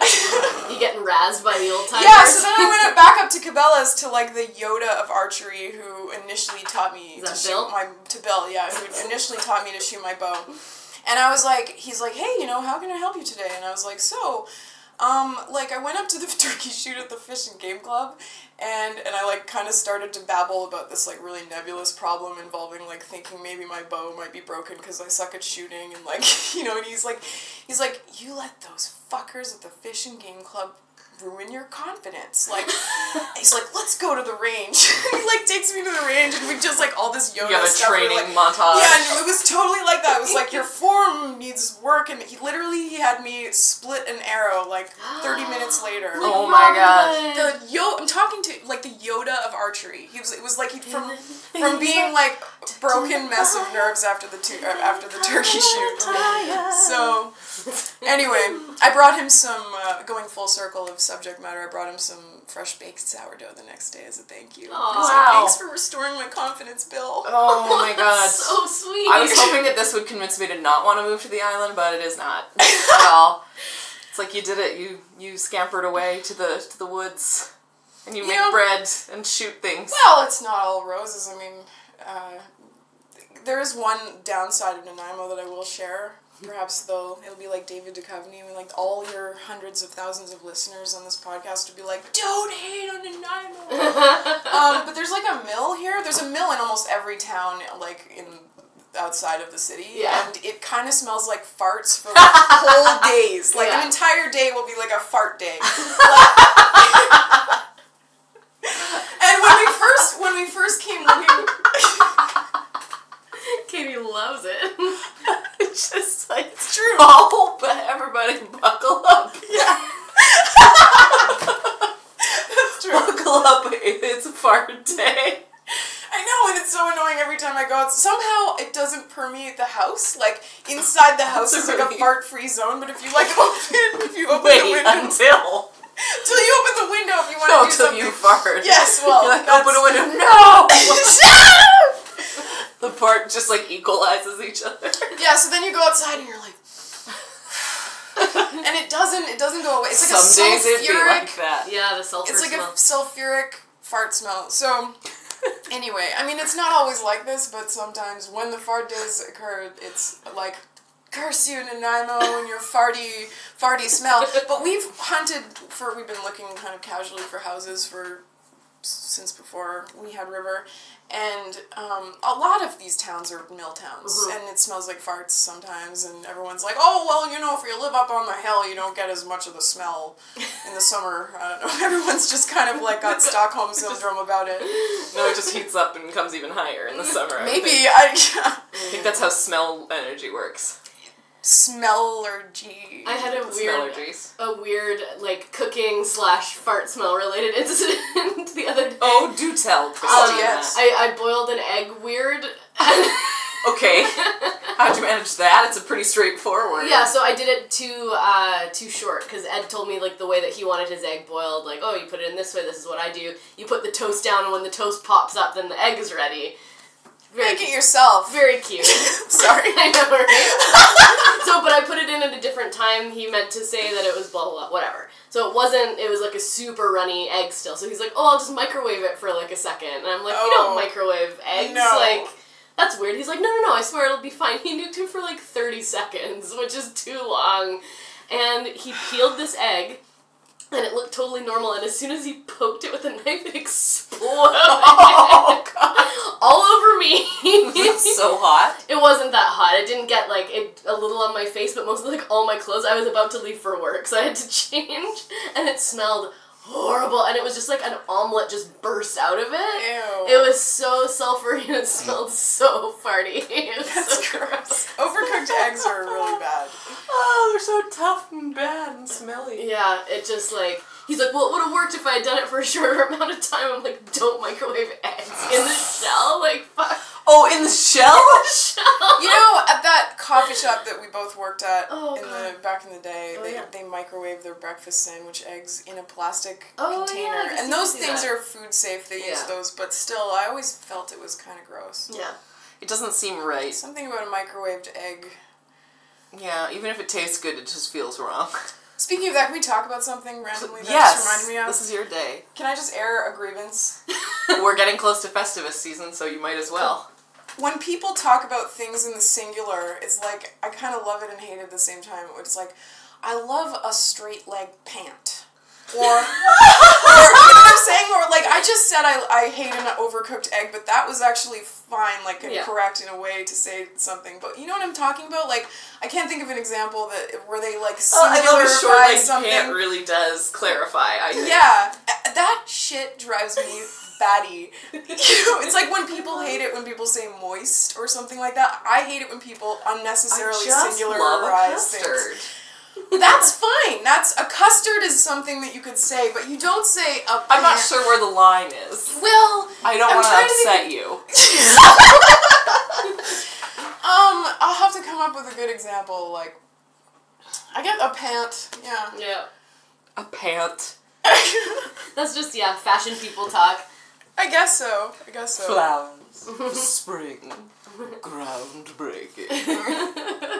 Speaker 2: You getting razzed by the old timers?
Speaker 4: yeah, so then I went up- back up to Cabela's to like the Yoda of archery, who initially taught me
Speaker 2: Is that
Speaker 4: to
Speaker 2: Bill?
Speaker 4: shoot my to Bill, yeah, who initially taught me to shoot my bow. And I was like, he's like, hey, you know, how can I help you today? And I was like, so, Um, like I went up to the turkey shoot at the Fish and Game Club, and and I like kind of started to babble about this like really nebulous problem involving like thinking maybe my bow might be broken because I suck at shooting and like you know and he's like, he's like you let those fuckers at the Fish and Game Club ruin your confidence like he's like let's go to the range he like takes me to the range and we just like all this yoga
Speaker 3: You have a
Speaker 4: stuff we're,
Speaker 3: training
Speaker 4: like,
Speaker 3: montage.
Speaker 4: yeah, and it was totally like that. It was like your form needs work, and he literally he had me split an arrow like thirty minutes later.
Speaker 3: Oh my
Speaker 2: God.
Speaker 4: The yo, I'm talking to like the Yoda of archery. He was it was like he from from being like a broken mess of nerves after the tu- uh, after the turkey shoot. So anyway, I brought him some uh, going full circle of subject matter. I brought him some fresh baked sourdough the next day as a thank you. I was like,
Speaker 3: wow.
Speaker 4: Thanks for restoring my confidence, Bill.
Speaker 3: Oh my god.
Speaker 2: so sweet.
Speaker 3: I was hoping that this would convince me to not want to move to the island, but it is not at all. It's like you did it. You you scampered away to the to the woods, and you make
Speaker 4: Yeah.
Speaker 3: bread and shoot things.
Speaker 4: Well, it's not all roses. I mean, uh, there is one downside of Nanaimo that I will share. Perhaps though it'll be like David Duchovny when like all your hundreds of thousands of listeners on this podcast would be like, "Don't hate on Nanaimo." um, but there's like a mill here. There's a mill in almost every town, like in outside of the city,
Speaker 2: Yeah.
Speaker 4: and it kind of smells like farts for like whole days. Like
Speaker 2: Yeah.
Speaker 4: an entire day will be like a fart day. And when we first when we first came living
Speaker 2: Katie loves it.
Speaker 3: It's just like it's
Speaker 4: true.
Speaker 3: All but everybody buckle up,
Speaker 4: That's true.
Speaker 3: buckle up. It's a fart day.
Speaker 4: I know, and it's so annoying every time I go out. Somehow it doesn't permeate the house. Like inside the house is like a
Speaker 3: Really?
Speaker 4: fart free zone, but if you like open if you open
Speaker 3: Wait
Speaker 4: the window
Speaker 3: until
Speaker 4: till you open the window if you want
Speaker 3: no,
Speaker 4: to do
Speaker 3: till
Speaker 4: something.
Speaker 3: you fart.
Speaker 4: Yes, well
Speaker 3: You like
Speaker 4: that's-
Speaker 3: open a window. No.
Speaker 4: Shut up!
Speaker 3: the fart just like equalizes each other.
Speaker 4: Yeah, so then you go outside and you're like And it doesn't it doesn't go away. It's like
Speaker 3: Some
Speaker 4: a
Speaker 3: days it'd be
Speaker 4: sulfuric
Speaker 3: like that.
Speaker 2: Yeah, the sulfur
Speaker 4: It's like
Speaker 2: smell.
Speaker 4: a sulfuric fart smell. So, anyway, I mean, it's not always like this, but sometimes when the fart does occur, it's like, curse you, Nanaimo, and your farty, farty smell. But we've hunted for, we've been looking kind of casually for houses for since before we had river and um, a lot of these towns are mill towns and it smells like farts sometimes and everyone's like oh well you know if you live up on the hill you don't get as much of the smell in the summer i don't know everyone's just kind of like got stockholm syndrome about it
Speaker 3: No, it just heats up and comes even higher in the summer. I
Speaker 4: Mm, maybe
Speaker 3: think.
Speaker 4: i
Speaker 3: I think that's how smell energy works.
Speaker 4: smell allergy
Speaker 2: I had a
Speaker 3: Smell
Speaker 2: weird,
Speaker 3: allergies.
Speaker 2: a weird like cooking slash fart smell related incident the other day. Um,
Speaker 3: Oh, do tell,
Speaker 4: Oh,
Speaker 3: Christina.
Speaker 4: yes.
Speaker 2: I, I boiled an egg weird.
Speaker 3: Okay. How'd you manage that? It's a pretty straightforward.
Speaker 2: yeah, so I did it too uh, too short because Ed told me like the way that he wanted his egg boiled. Like, oh, you put it in this way. This is what I do. You put the toast down, and when the toast pops up, then the egg is ready. Very,
Speaker 4: make it yourself
Speaker 2: very cute.
Speaker 4: sorry
Speaker 2: I know, right? so, but I put it in at a different time. He meant to say that it was blah, blah, blah, whatever. So it wasn't, it was like a super runny egg still. So he's like, oh, I'll just microwave it for like a second. And I'm like, you
Speaker 4: Oh.
Speaker 2: don't microwave eggs.
Speaker 4: No.
Speaker 2: Like, that's weird. He's like, no, no, no, I swear it'll be fine. He nuked it for like 30 seconds, which is too long. And he peeled this egg. And it looked totally normal, and as soon as he poked it with a knife, it exploded
Speaker 3: Oh, God.
Speaker 2: all over me.
Speaker 3: It's so hot.
Speaker 2: It wasn't that hot. I didn't get like it, a little on my face, but mostly like all my clothes. I was about to leave for work, so I had to change, and it smelled horrible. And it was just like an omelet just burst out of it.
Speaker 4: Ew.
Speaker 2: It was so sulfury and it smelled so farty. It was
Speaker 4: That's
Speaker 2: so gross.
Speaker 4: overcooked eggs are really bad
Speaker 3: Oh, they're so tough and bad and smelly.
Speaker 2: Yeah, it just like he's like, well, it would have worked if I had done it for a shorter amount of time. I'm like, don't microwave eggs in the shell, like fuck
Speaker 3: Oh, in the shell?
Speaker 2: the shell.
Speaker 4: You know, at that coffee shop that we both worked at
Speaker 2: Oh,
Speaker 4: in the
Speaker 2: God.
Speaker 4: back in the day,
Speaker 2: Oh,
Speaker 4: they,
Speaker 2: yeah.
Speaker 4: they microwave their breakfast sandwich eggs in a plastic
Speaker 2: Oh,
Speaker 4: container.
Speaker 2: yeah, I guess
Speaker 4: and
Speaker 2: you
Speaker 4: those
Speaker 2: can do
Speaker 4: things
Speaker 2: that.
Speaker 4: are food safe. They use
Speaker 2: Yeah.
Speaker 4: those, but still I always felt it was kind of gross.
Speaker 2: Yeah.
Speaker 3: It doesn't seem right.
Speaker 4: Something about a microwaved egg.
Speaker 3: Yeah, even if it tastes good, it just feels wrong.
Speaker 4: Speaking of that, can we talk about something randomly that
Speaker 3: yes.
Speaker 4: just reminded me of?
Speaker 3: This is your day.
Speaker 4: Can I just air a grievance?
Speaker 3: We're getting close to Festivus season, so you might as well.
Speaker 4: When people talk about things in the singular, it's like I kind of love it and hate it at the same time. It's like I love a straight leg pant. Or, or you know what I'm saying? Or like I just said I, I hate an overcooked egg, but that was actually fine, like and
Speaker 2: Yeah.
Speaker 4: correct in a way to say something. But you know what I'm talking about? Like I can't think of an example that where they like
Speaker 3: Oh, I love a short
Speaker 4: singularified
Speaker 3: leg
Speaker 4: something.
Speaker 3: pant really does clarify, I think.
Speaker 4: Yeah, a- that shit drives me batty. You know, it's like when people hate it when people say moist or something like that. I hate it when people
Speaker 3: I
Speaker 4: unnecessarily
Speaker 3: just love a
Speaker 4: singularize things.
Speaker 3: custard.
Speaker 4: That's fine. That's a custard is something that you could say, but you don't say a.
Speaker 3: I'm not
Speaker 4: pear-
Speaker 3: sure where the line is.
Speaker 4: Well,
Speaker 3: I don't
Speaker 4: I'm
Speaker 3: want to
Speaker 4: trying to think-
Speaker 3: upset you.
Speaker 4: um, I'll have to come up with a good example. Like, I get a pant. Yeah.
Speaker 2: Yeah.
Speaker 3: A pant
Speaker 2: That's just, yeah, fashion people talk.
Speaker 4: I guess so. I guess so.
Speaker 3: flowers. Spring. Groundbreaking.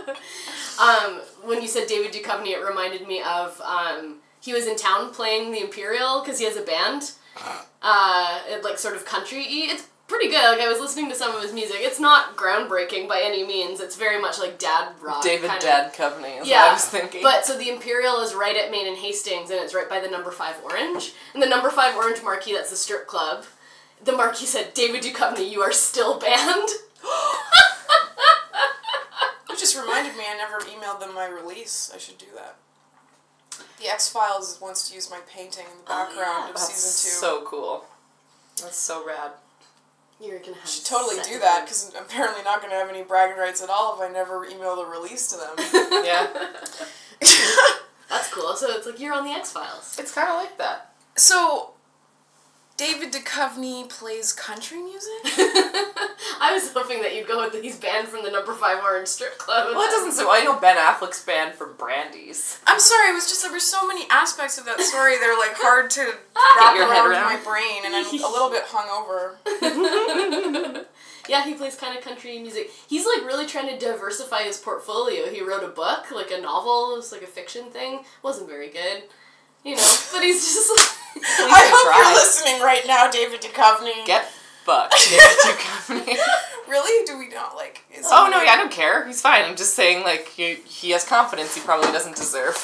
Speaker 2: um, when you said David Duchovny, it reminded me of um, he was in town playing the Imperial because he has a band. Uh, it, like sort of country y. It's pretty good. Like I was listening to some of his music. It's not groundbreaking by any means. It's very much like dad rock.
Speaker 3: David
Speaker 2: kinda-
Speaker 3: Dad Company is
Speaker 2: Yeah,
Speaker 3: what I was thinking.
Speaker 2: But so the Imperial is right at Main and Hastings, and it's right by the Number Five Orange. And the Number Five Orange marquee, that's the strip club. The marquee said, "David Duchovny, you are still banned."
Speaker 4: It just reminded me I never emailed them my release. I should do that. The X Files wants to use my painting in the background of
Speaker 3: Oh, That's
Speaker 4: season two.
Speaker 3: so cool. That's so rad.
Speaker 2: You're gonna have
Speaker 4: should totally
Speaker 2: sex
Speaker 4: do
Speaker 2: with
Speaker 4: that
Speaker 2: him.
Speaker 4: because I'm apparently not going to have any bragging rights at all if I never email the release to them.
Speaker 3: Yeah.
Speaker 2: That's cool. So it's like you're on the X Files.
Speaker 3: it's kind of like that.
Speaker 4: so, David Duchovny plays country music?
Speaker 2: I was hoping that you'd go with that he's banned from the number five orange strip club.
Speaker 3: Well, it doesn't say. Well, I know Ben Affleck's band from Brandy's.
Speaker 4: I'm sorry, it was just there were so many aspects of that story that are like hard to
Speaker 3: Get
Speaker 4: wrap
Speaker 3: your
Speaker 4: around,
Speaker 3: head
Speaker 4: my
Speaker 3: around.
Speaker 4: brain, and I'm a little bit hungover.
Speaker 2: Yeah, he plays kind of country music. He's like really trying to diversify his portfolio. He wrote a book, like a novel, it was like a fiction thing. wasn't very good, you know. But he's just like,
Speaker 4: I hope
Speaker 3: try.
Speaker 4: you're listening right now, David Duchovny.
Speaker 3: Get fucked, David Duchovny.
Speaker 4: Really? Do we not like? Is
Speaker 3: oh no,
Speaker 4: he-
Speaker 3: yeah, I don't care. He's fine. I'm just saying, like, he, he has confidence he probably doesn't deserve.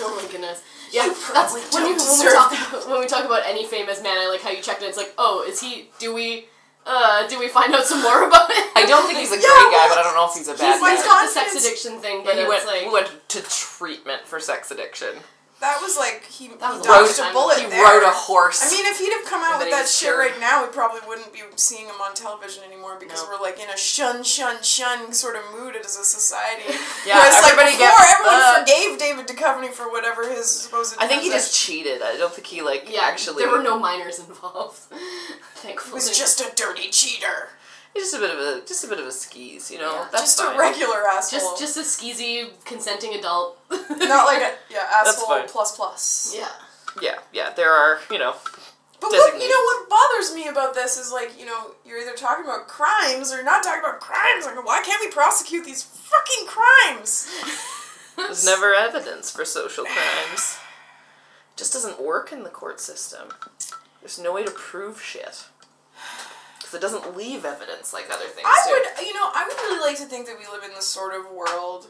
Speaker 2: oh my goodness. Yeah, that's
Speaker 4: probably
Speaker 2: when,
Speaker 4: don't
Speaker 2: you, when, we
Speaker 4: deserve
Speaker 2: talk about, when we talk about any famous man. I like how you checked in. It's like, oh, is he? Do we? Uh, do we find out some more about it?
Speaker 3: I don't think he's a great
Speaker 4: well,
Speaker 3: guy, but I don't know if he's a bad
Speaker 2: He's
Speaker 4: my
Speaker 2: like
Speaker 3: guy.
Speaker 4: God.
Speaker 2: the sex
Speaker 4: confidence-
Speaker 2: addiction thing, but
Speaker 3: He
Speaker 2: it's
Speaker 3: went,
Speaker 2: like
Speaker 3: went to treatment for sex addiction.
Speaker 4: That was like he, he
Speaker 2: was a long
Speaker 4: dodged
Speaker 2: time
Speaker 4: a
Speaker 2: ago.
Speaker 4: bullet
Speaker 3: He
Speaker 4: there.
Speaker 3: rode a horse.
Speaker 4: I mean, if he'd have come out
Speaker 3: And then he
Speaker 4: with
Speaker 3: was
Speaker 4: that shit
Speaker 3: cured.
Speaker 4: right now, we probably wouldn't be seeing him on television anymore because
Speaker 3: No.
Speaker 4: we're like in a shun shun shun sort of mood as a society.
Speaker 3: Yeah,
Speaker 4: Whereas like
Speaker 3: everybody
Speaker 4: before,
Speaker 3: gets
Speaker 4: everyone
Speaker 3: fucked.
Speaker 4: forgave David Duchovny for whatever his supposed.
Speaker 3: I think he just
Speaker 4: transactions-
Speaker 3: cheated. I don't think he like
Speaker 2: yeah,
Speaker 3: actually.
Speaker 2: there were no minors involved. Thankfully,
Speaker 4: He was just a dirty cheater,
Speaker 3: He's just a bit of a just a bit of a skis, you know.
Speaker 2: Yeah.
Speaker 3: That's
Speaker 4: just
Speaker 3: fine.
Speaker 4: a regular asshole,
Speaker 2: just just a skeezy consenting adult.
Speaker 4: not like a yeah asshole
Speaker 3: fine.
Speaker 4: plus plus.
Speaker 2: yeah.
Speaker 3: Yeah, yeah. There are you know.
Speaker 4: But what, you
Speaker 3: Designate.
Speaker 4: know what bothers me about this is like you know you're either talking about crimes or you're not talking about crimes. Like why can't we prosecute these fucking crimes?
Speaker 3: There's never evidence for social crimes. It just doesn't work in the court system. There's no way to prove shit. Because it doesn't leave evidence like other things do.
Speaker 4: I would you know I would really like to think that we live in the sort of world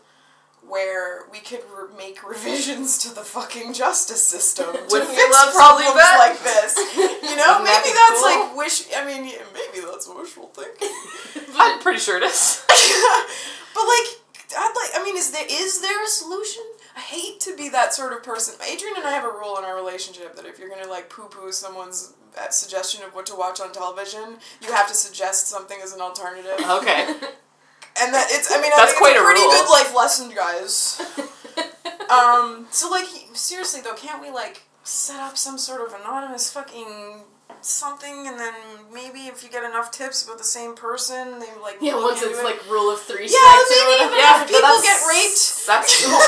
Speaker 4: where we could re- make revisions to the fucking justice system to
Speaker 3: Wouldn't you
Speaker 4: fix
Speaker 3: love
Speaker 4: problems
Speaker 3: probably that?
Speaker 4: like this. You know
Speaker 3: Wouldn't that
Speaker 4: maybe
Speaker 3: be
Speaker 4: that's
Speaker 3: cool?
Speaker 4: like wish. I mean yeah, maybe that's wishful thinking.
Speaker 3: I'm pretty sure it is.
Speaker 4: But like, I'd like. I mean, is there is there a solution? I hate to be that sort of person. Adrian and I have a rule in our relationship that if you're gonna like poo poo someone's uh, suggestion of what to watch on television, you have to suggest something as an alternative.
Speaker 3: Okay.
Speaker 4: And that it's. I mean, I
Speaker 3: Uh-huh. That's
Speaker 4: think
Speaker 3: quite
Speaker 4: it's
Speaker 3: a
Speaker 4: a pretty
Speaker 3: rule.
Speaker 4: good life lesson, guys. um. So like, seriously though, can't we like set up some sort of anonymous fucking something and then maybe if you get enough tips about the same person they like
Speaker 2: Yeah,
Speaker 4: look
Speaker 2: once
Speaker 4: into
Speaker 2: it's
Speaker 4: it.
Speaker 2: like rule of three
Speaker 4: Yeah,
Speaker 2: strikes
Speaker 4: maybe
Speaker 2: or whatever.
Speaker 4: even-
Speaker 3: Yeah,
Speaker 4: If people
Speaker 3: that's-
Speaker 4: get raped-
Speaker 3: That's oh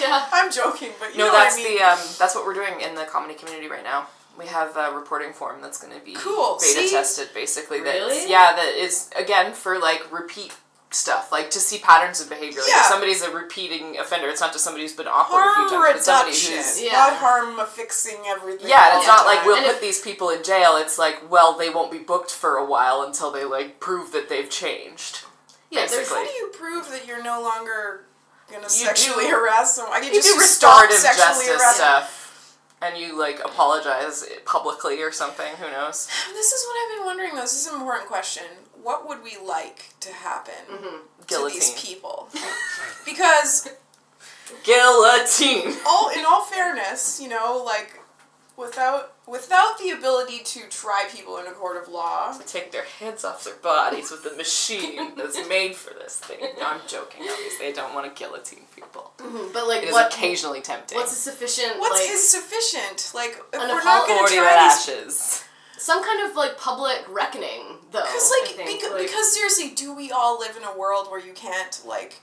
Speaker 2: Yeah.
Speaker 4: I'm joking, but you
Speaker 3: No,
Speaker 4: know
Speaker 3: that's
Speaker 4: what I mean.
Speaker 3: the um, that's what we're doing in the comedy community right now. We have a reporting form that's going to be
Speaker 4: Cool,
Speaker 3: beta
Speaker 4: see?
Speaker 3: tested, basically. That's
Speaker 2: Really?
Speaker 3: yeah, that is again for like repeat stuff, like to see patterns of behavior. Like if
Speaker 4: Yeah.
Speaker 3: somebody's a repeating offender, it's not just somebody who's been awkward a few
Speaker 4: harm
Speaker 3: times, but somebody
Speaker 4: reduction,
Speaker 3: who's
Speaker 2: Yeah.
Speaker 4: not harm fixing everything.
Speaker 3: yeah, and
Speaker 4: all
Speaker 3: it's
Speaker 4: the
Speaker 3: not like
Speaker 4: time.
Speaker 3: we'll
Speaker 2: And
Speaker 3: put
Speaker 2: if-
Speaker 3: these people in jail. It's like, well, they won't be booked for a while until they like prove that they've changed.
Speaker 2: Yeah, there's
Speaker 3: basically.
Speaker 4: How do you prove that you're no longer gonna
Speaker 3: do-
Speaker 4: sexually harass someone. I could
Speaker 3: You
Speaker 4: just
Speaker 3: do
Speaker 4: stop
Speaker 3: restorative
Speaker 4: sexually
Speaker 3: justice
Speaker 4: harassing.
Speaker 3: stuff, and you like apologize publicly or something. Who knows?
Speaker 4: This is what I've been wondering. Though. This is an important question. What would we like to happen to
Speaker 3: Mm-hmm. Guillotine.
Speaker 4: these people? because
Speaker 3: Guillotine.
Speaker 4: all in all fairness, you know, like without without the ability to try people in a court of law,
Speaker 3: Take their heads off their bodies with a machine that's made for this thing. No, I'm joking. Obviously, I don't want to guillotine people.
Speaker 2: Mm-hmm, But like,
Speaker 3: It is
Speaker 2: what?
Speaker 3: occasionally tempting.
Speaker 2: What's a sufficient?
Speaker 4: what's
Speaker 2: like,
Speaker 4: is sufficient? Like if
Speaker 2: An
Speaker 4: we're not going to
Speaker 3: Forty
Speaker 4: try these
Speaker 3: lashes.
Speaker 2: some kind of like public reckoning, though?
Speaker 4: Because
Speaker 2: I
Speaker 4: like,
Speaker 2: think.
Speaker 4: beca-
Speaker 2: like,
Speaker 4: because seriously, do we all live in a world where you can't like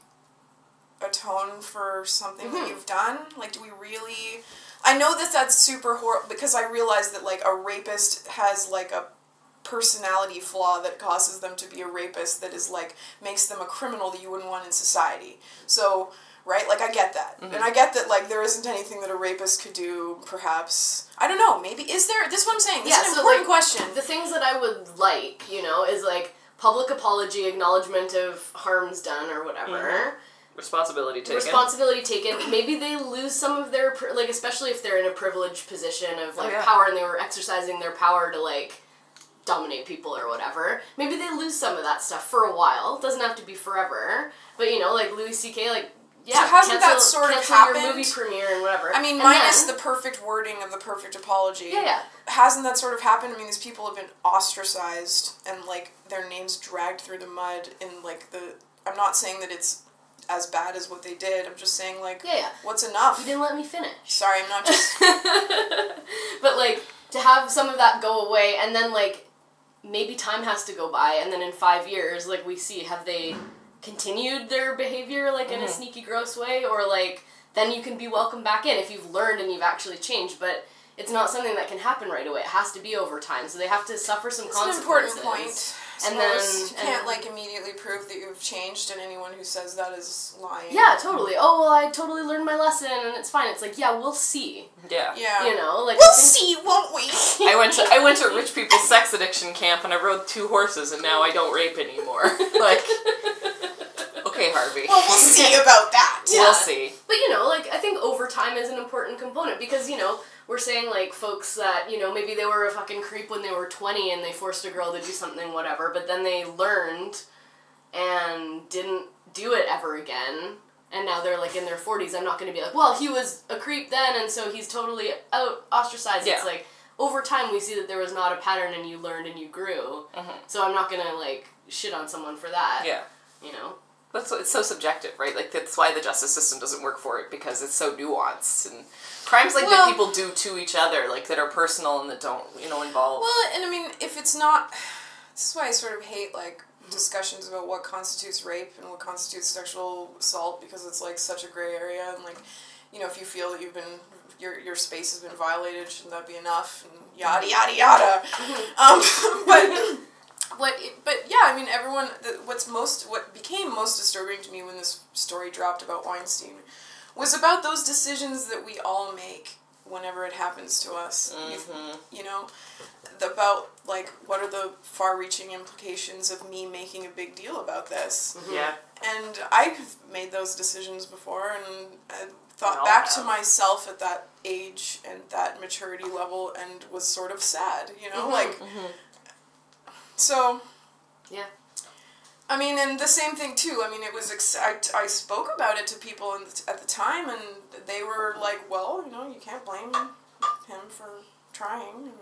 Speaker 4: atone for something
Speaker 2: Mm-hmm.
Speaker 4: that you've done? Like, do we really? I know that that's super horrible because I realize that like a rapist has like a personality flaw that causes them to be a rapist that is like makes them a criminal that you wouldn't want in society. So right like i get that
Speaker 2: Mm-hmm.
Speaker 4: and i get that like there isn't anything that a rapist could do perhaps i don't know maybe is there this is what i'm saying this
Speaker 2: Yeah,
Speaker 4: is an
Speaker 2: so,
Speaker 4: important
Speaker 2: like,
Speaker 4: question
Speaker 2: the things that I would like, you know, is like public apology, acknowledgement of harms done or whatever.
Speaker 4: Mm-hmm.
Speaker 3: Responsibility taken.
Speaker 2: responsibility taken. Maybe they lose some of their pri- like, especially if they're in a privileged position of
Speaker 4: Oh,
Speaker 2: like
Speaker 3: yeah.
Speaker 2: power and they were exercising their power to like dominate people or whatever. Maybe they lose some of that stuff for a while. Doesn't have to be forever. But you know, like Louis C.K. like yeah,
Speaker 4: hasn't
Speaker 2: cancel,
Speaker 4: that sort of
Speaker 2: cancel your
Speaker 4: happened?
Speaker 2: movie premiere and whatever.
Speaker 4: I mean,
Speaker 2: And
Speaker 4: minus
Speaker 2: then-
Speaker 4: the perfect wording of the perfect apology.
Speaker 2: Yeah, yeah.
Speaker 4: Hasn't that sort of happened? I mean, these people have been ostracized and like their names dragged through the mud. And like the, I'm not saying that it's as bad as what they did. I'm just saying like,
Speaker 2: Yeah, yeah.
Speaker 4: what's enough?
Speaker 2: you didn't let me finish.
Speaker 4: Sorry, I'm not just.
Speaker 2: but like to have some of that go away and then like maybe time has to go by and then in five years like we see have they continued their behavior like
Speaker 4: Mm-hmm.
Speaker 2: in a sneaky gross way or like then you can be welcomed back in if you've learned and you've actually changed but it's not something that can happen right away it has to be over time so they have to suffer some
Speaker 4: It's an
Speaker 2: consequences
Speaker 4: important point.
Speaker 2: And
Speaker 4: And
Speaker 2: then-
Speaker 4: then you
Speaker 2: and-
Speaker 4: can't like immediately prove that you've changed, and anyone who says that is lying.
Speaker 2: yeah totally oh well i totally learned my lesson and it's fine it's like yeah we'll see
Speaker 3: Yeah.
Speaker 4: Yeah.
Speaker 2: you know like I
Speaker 4: We'll
Speaker 2: think-
Speaker 4: see, won't we?
Speaker 3: I went to I went to a rich people's sex addiction camp and I rode two horses and now I don't rape anymore. Like, okay, Harvey.
Speaker 4: Well, we'll see about that.
Speaker 3: We'll see.
Speaker 2: But you know, like I think overtime is an important component because you know we're saying like folks that you know maybe they were a fucking creep when they were twenty and they forced a girl to do something whatever, but then they learned and didn't do it ever again. And now they're like in their forties. I'm not going to be like, well, he was a creep then, and so he's totally out ostracized.
Speaker 3: Yeah.
Speaker 2: It's like over time we see that there was not a pattern, and you learned and you grew. So I'm not going to like shit on someone for that.
Speaker 3: Mm-hmm. Yeah.
Speaker 2: You know.
Speaker 3: That's what, it's so subjective, right? Like that's why the justice system doesn't work for it because it's so nuanced and crimes like
Speaker 4: Well-
Speaker 3: that people do to each other, like that are personal and that don't you know involve.
Speaker 4: Well, and I mean, if it's not, this is why I sort of hate like discussions about what constitutes rape and what constitutes sexual assault because it's like such a gray area and like, you know, if you feel that you've been your your space has been violated, shouldn't that be enough? And yada yada yada. um, but what? it- But yeah, I mean, everyone. The, what's most what became most disturbing to me when this story dropped about Weinstein was about those decisions that we all make whenever it happens to us. You- you know the- about like what are the far-reaching implications of me making a big deal about this
Speaker 3: yeah.
Speaker 4: and i've made those decisions before and I
Speaker 3: We
Speaker 4: thought
Speaker 3: all
Speaker 4: back to
Speaker 3: have.
Speaker 4: myself at that age and that maturity level and was sort of sad you
Speaker 3: Mm-hmm,
Speaker 4: know like so
Speaker 2: Yeah.
Speaker 4: I mean, and the same thing too. I mean, it was ex- I, I spoke about it to people in at the time, and they were like, "Well, you know, you can't blame him for trying." And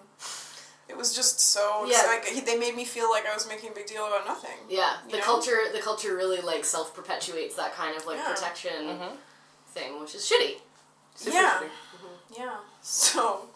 Speaker 4: it was just so. it's
Speaker 2: Yeah.
Speaker 4: like he, they made me feel like I was making a big deal about nothing.
Speaker 2: Yeah, the
Speaker 4: You know?
Speaker 2: culture the culture really like self perpetuates that kind of like
Speaker 4: Yeah.
Speaker 2: protection
Speaker 3: Mm-hmm.
Speaker 2: thing, which is shitty.
Speaker 3: Super
Speaker 4: yeah.
Speaker 3: shitty.
Speaker 4: Yeah. So.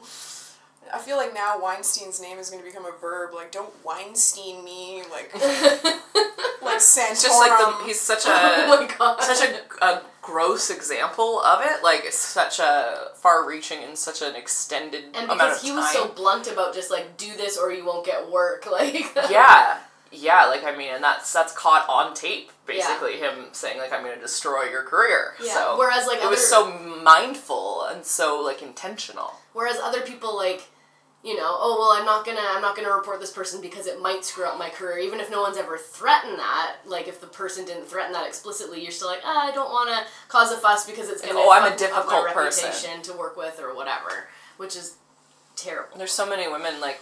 Speaker 4: I feel like now Weinstein's name is going to become a verb. Like, don't Weinstein me. Like, like Santorum.
Speaker 3: It's just like the, he's such a
Speaker 2: oh my god.
Speaker 3: such a, a gross example of it. Like it's such a far-reaching and such an extended
Speaker 2: and
Speaker 3: amount
Speaker 2: because
Speaker 3: of
Speaker 2: he
Speaker 3: time.
Speaker 2: was so blunt about just like do this or you won't get work, like
Speaker 3: yeah, yeah. Like I mean, and that's that's caught on tape. Basically, him saying like I'm going to destroy your career.
Speaker 2: Yeah,
Speaker 3: So
Speaker 2: whereas, like,
Speaker 3: it was
Speaker 2: other-
Speaker 3: so mindful and so like intentional.
Speaker 2: Whereas other people like you know, oh well, I'm not gonna, I'm not gonna report this person because it might screw up my career. Even if no one's ever threatened that, like if the person didn't threaten that explicitly, you're still like, ah, I don't want to cause a fuss because it's gonna
Speaker 3: oh, I'm a
Speaker 2: fuck up my
Speaker 3: difficult person.
Speaker 2: reputation to work with or whatever, which is terrible.
Speaker 3: There's so many women like,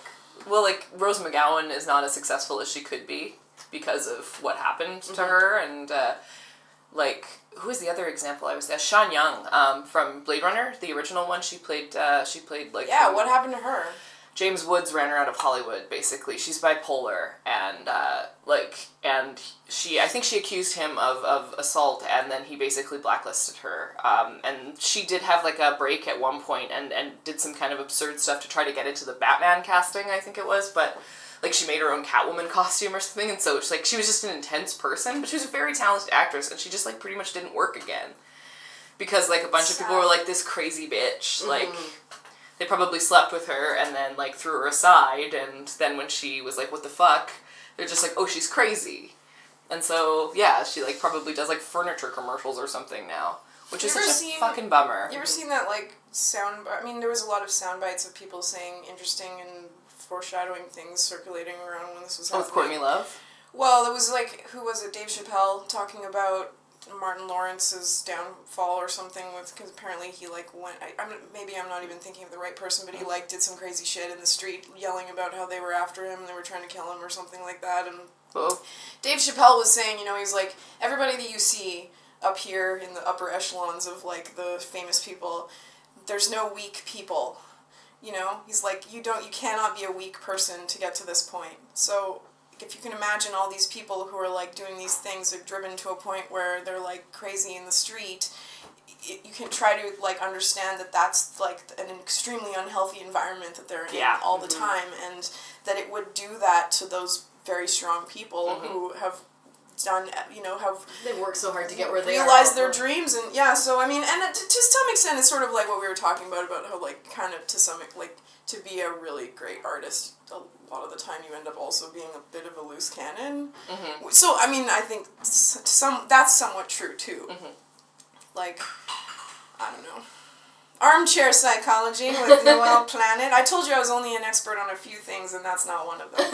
Speaker 3: well, like Rose McGowan is not as successful as she could be because of what happened
Speaker 4: Mm-hmm.
Speaker 3: to her, and uh, like who is the other example I was there? Sean Young um, from Blade Runner, the original one. She played. Uh, she played like
Speaker 4: Yeah,
Speaker 3: the-
Speaker 4: what happened to her?
Speaker 3: James Woods ran her out of Hollywood. Basically, she's bipolar, and uh, like, and she, I think she accused him of, of assault, and then he basically blacklisted her. Um, and she did have like a break at one point, and and did some kind of absurd stuff to try to get into the Batman casting. I think it was, but like she made her own Catwoman costume or something, and so it's like she was just an intense person, but she was a very talented actress, and she just like pretty much didn't work again because like a bunch of people were like this crazy bitch like they probably slept with her and then like threw her aside and then when she was like what the fuck they're just like oh she's crazy and so yeah she like probably does like furniture commercials or something now which is
Speaker 4: You ever
Speaker 3: such a
Speaker 4: seen-
Speaker 3: fucking bummer
Speaker 4: You ever seen that like sound? I mean, there was a lot of sound bites of people saying interesting and foreshadowing things circulating around when this was
Speaker 3: Oh,
Speaker 4: happening.
Speaker 3: with courtney love
Speaker 4: Well, it was like who was it? Dave Chappelle talking about Martin Lawrence's downfall or something with because apparently he like went. I, I'm maybe I'm not even thinking of the right person, but he like did some crazy shit in the street, yelling about how they were after him and they were trying to kill him or something like that, and
Speaker 3: oh
Speaker 4: Dave Chappelle was saying, you know, he's like, everybody that you see up here in the upper echelons of like the famous people, there's no weak people. You know, he's like, you don't, you cannot be a weak person to get to this point. So if you can imagine all these people who are like doing these things are driven to a point where they're like crazy in the street y- you can try to like understand that that's like an extremely unhealthy environment that they're in
Speaker 3: Yeah.
Speaker 4: all the time and that it would do that to those very strong people who have done you know have
Speaker 2: They work so hard to get where they
Speaker 4: realized
Speaker 2: are.
Speaker 4: their dreams and yeah so i mean and it, to some extent it's sort of like what we were talking about about how like kind of to some like to be a really great artist a lot of the time you end up also being a bit of a loose cannon
Speaker 3: Mm-hmm.
Speaker 4: so i mean i think s- some that's somewhat true too
Speaker 3: Mm-hmm.
Speaker 4: like i don't know armchair psychology with noel planet i told you i was only an expert on a few things and that's not one of them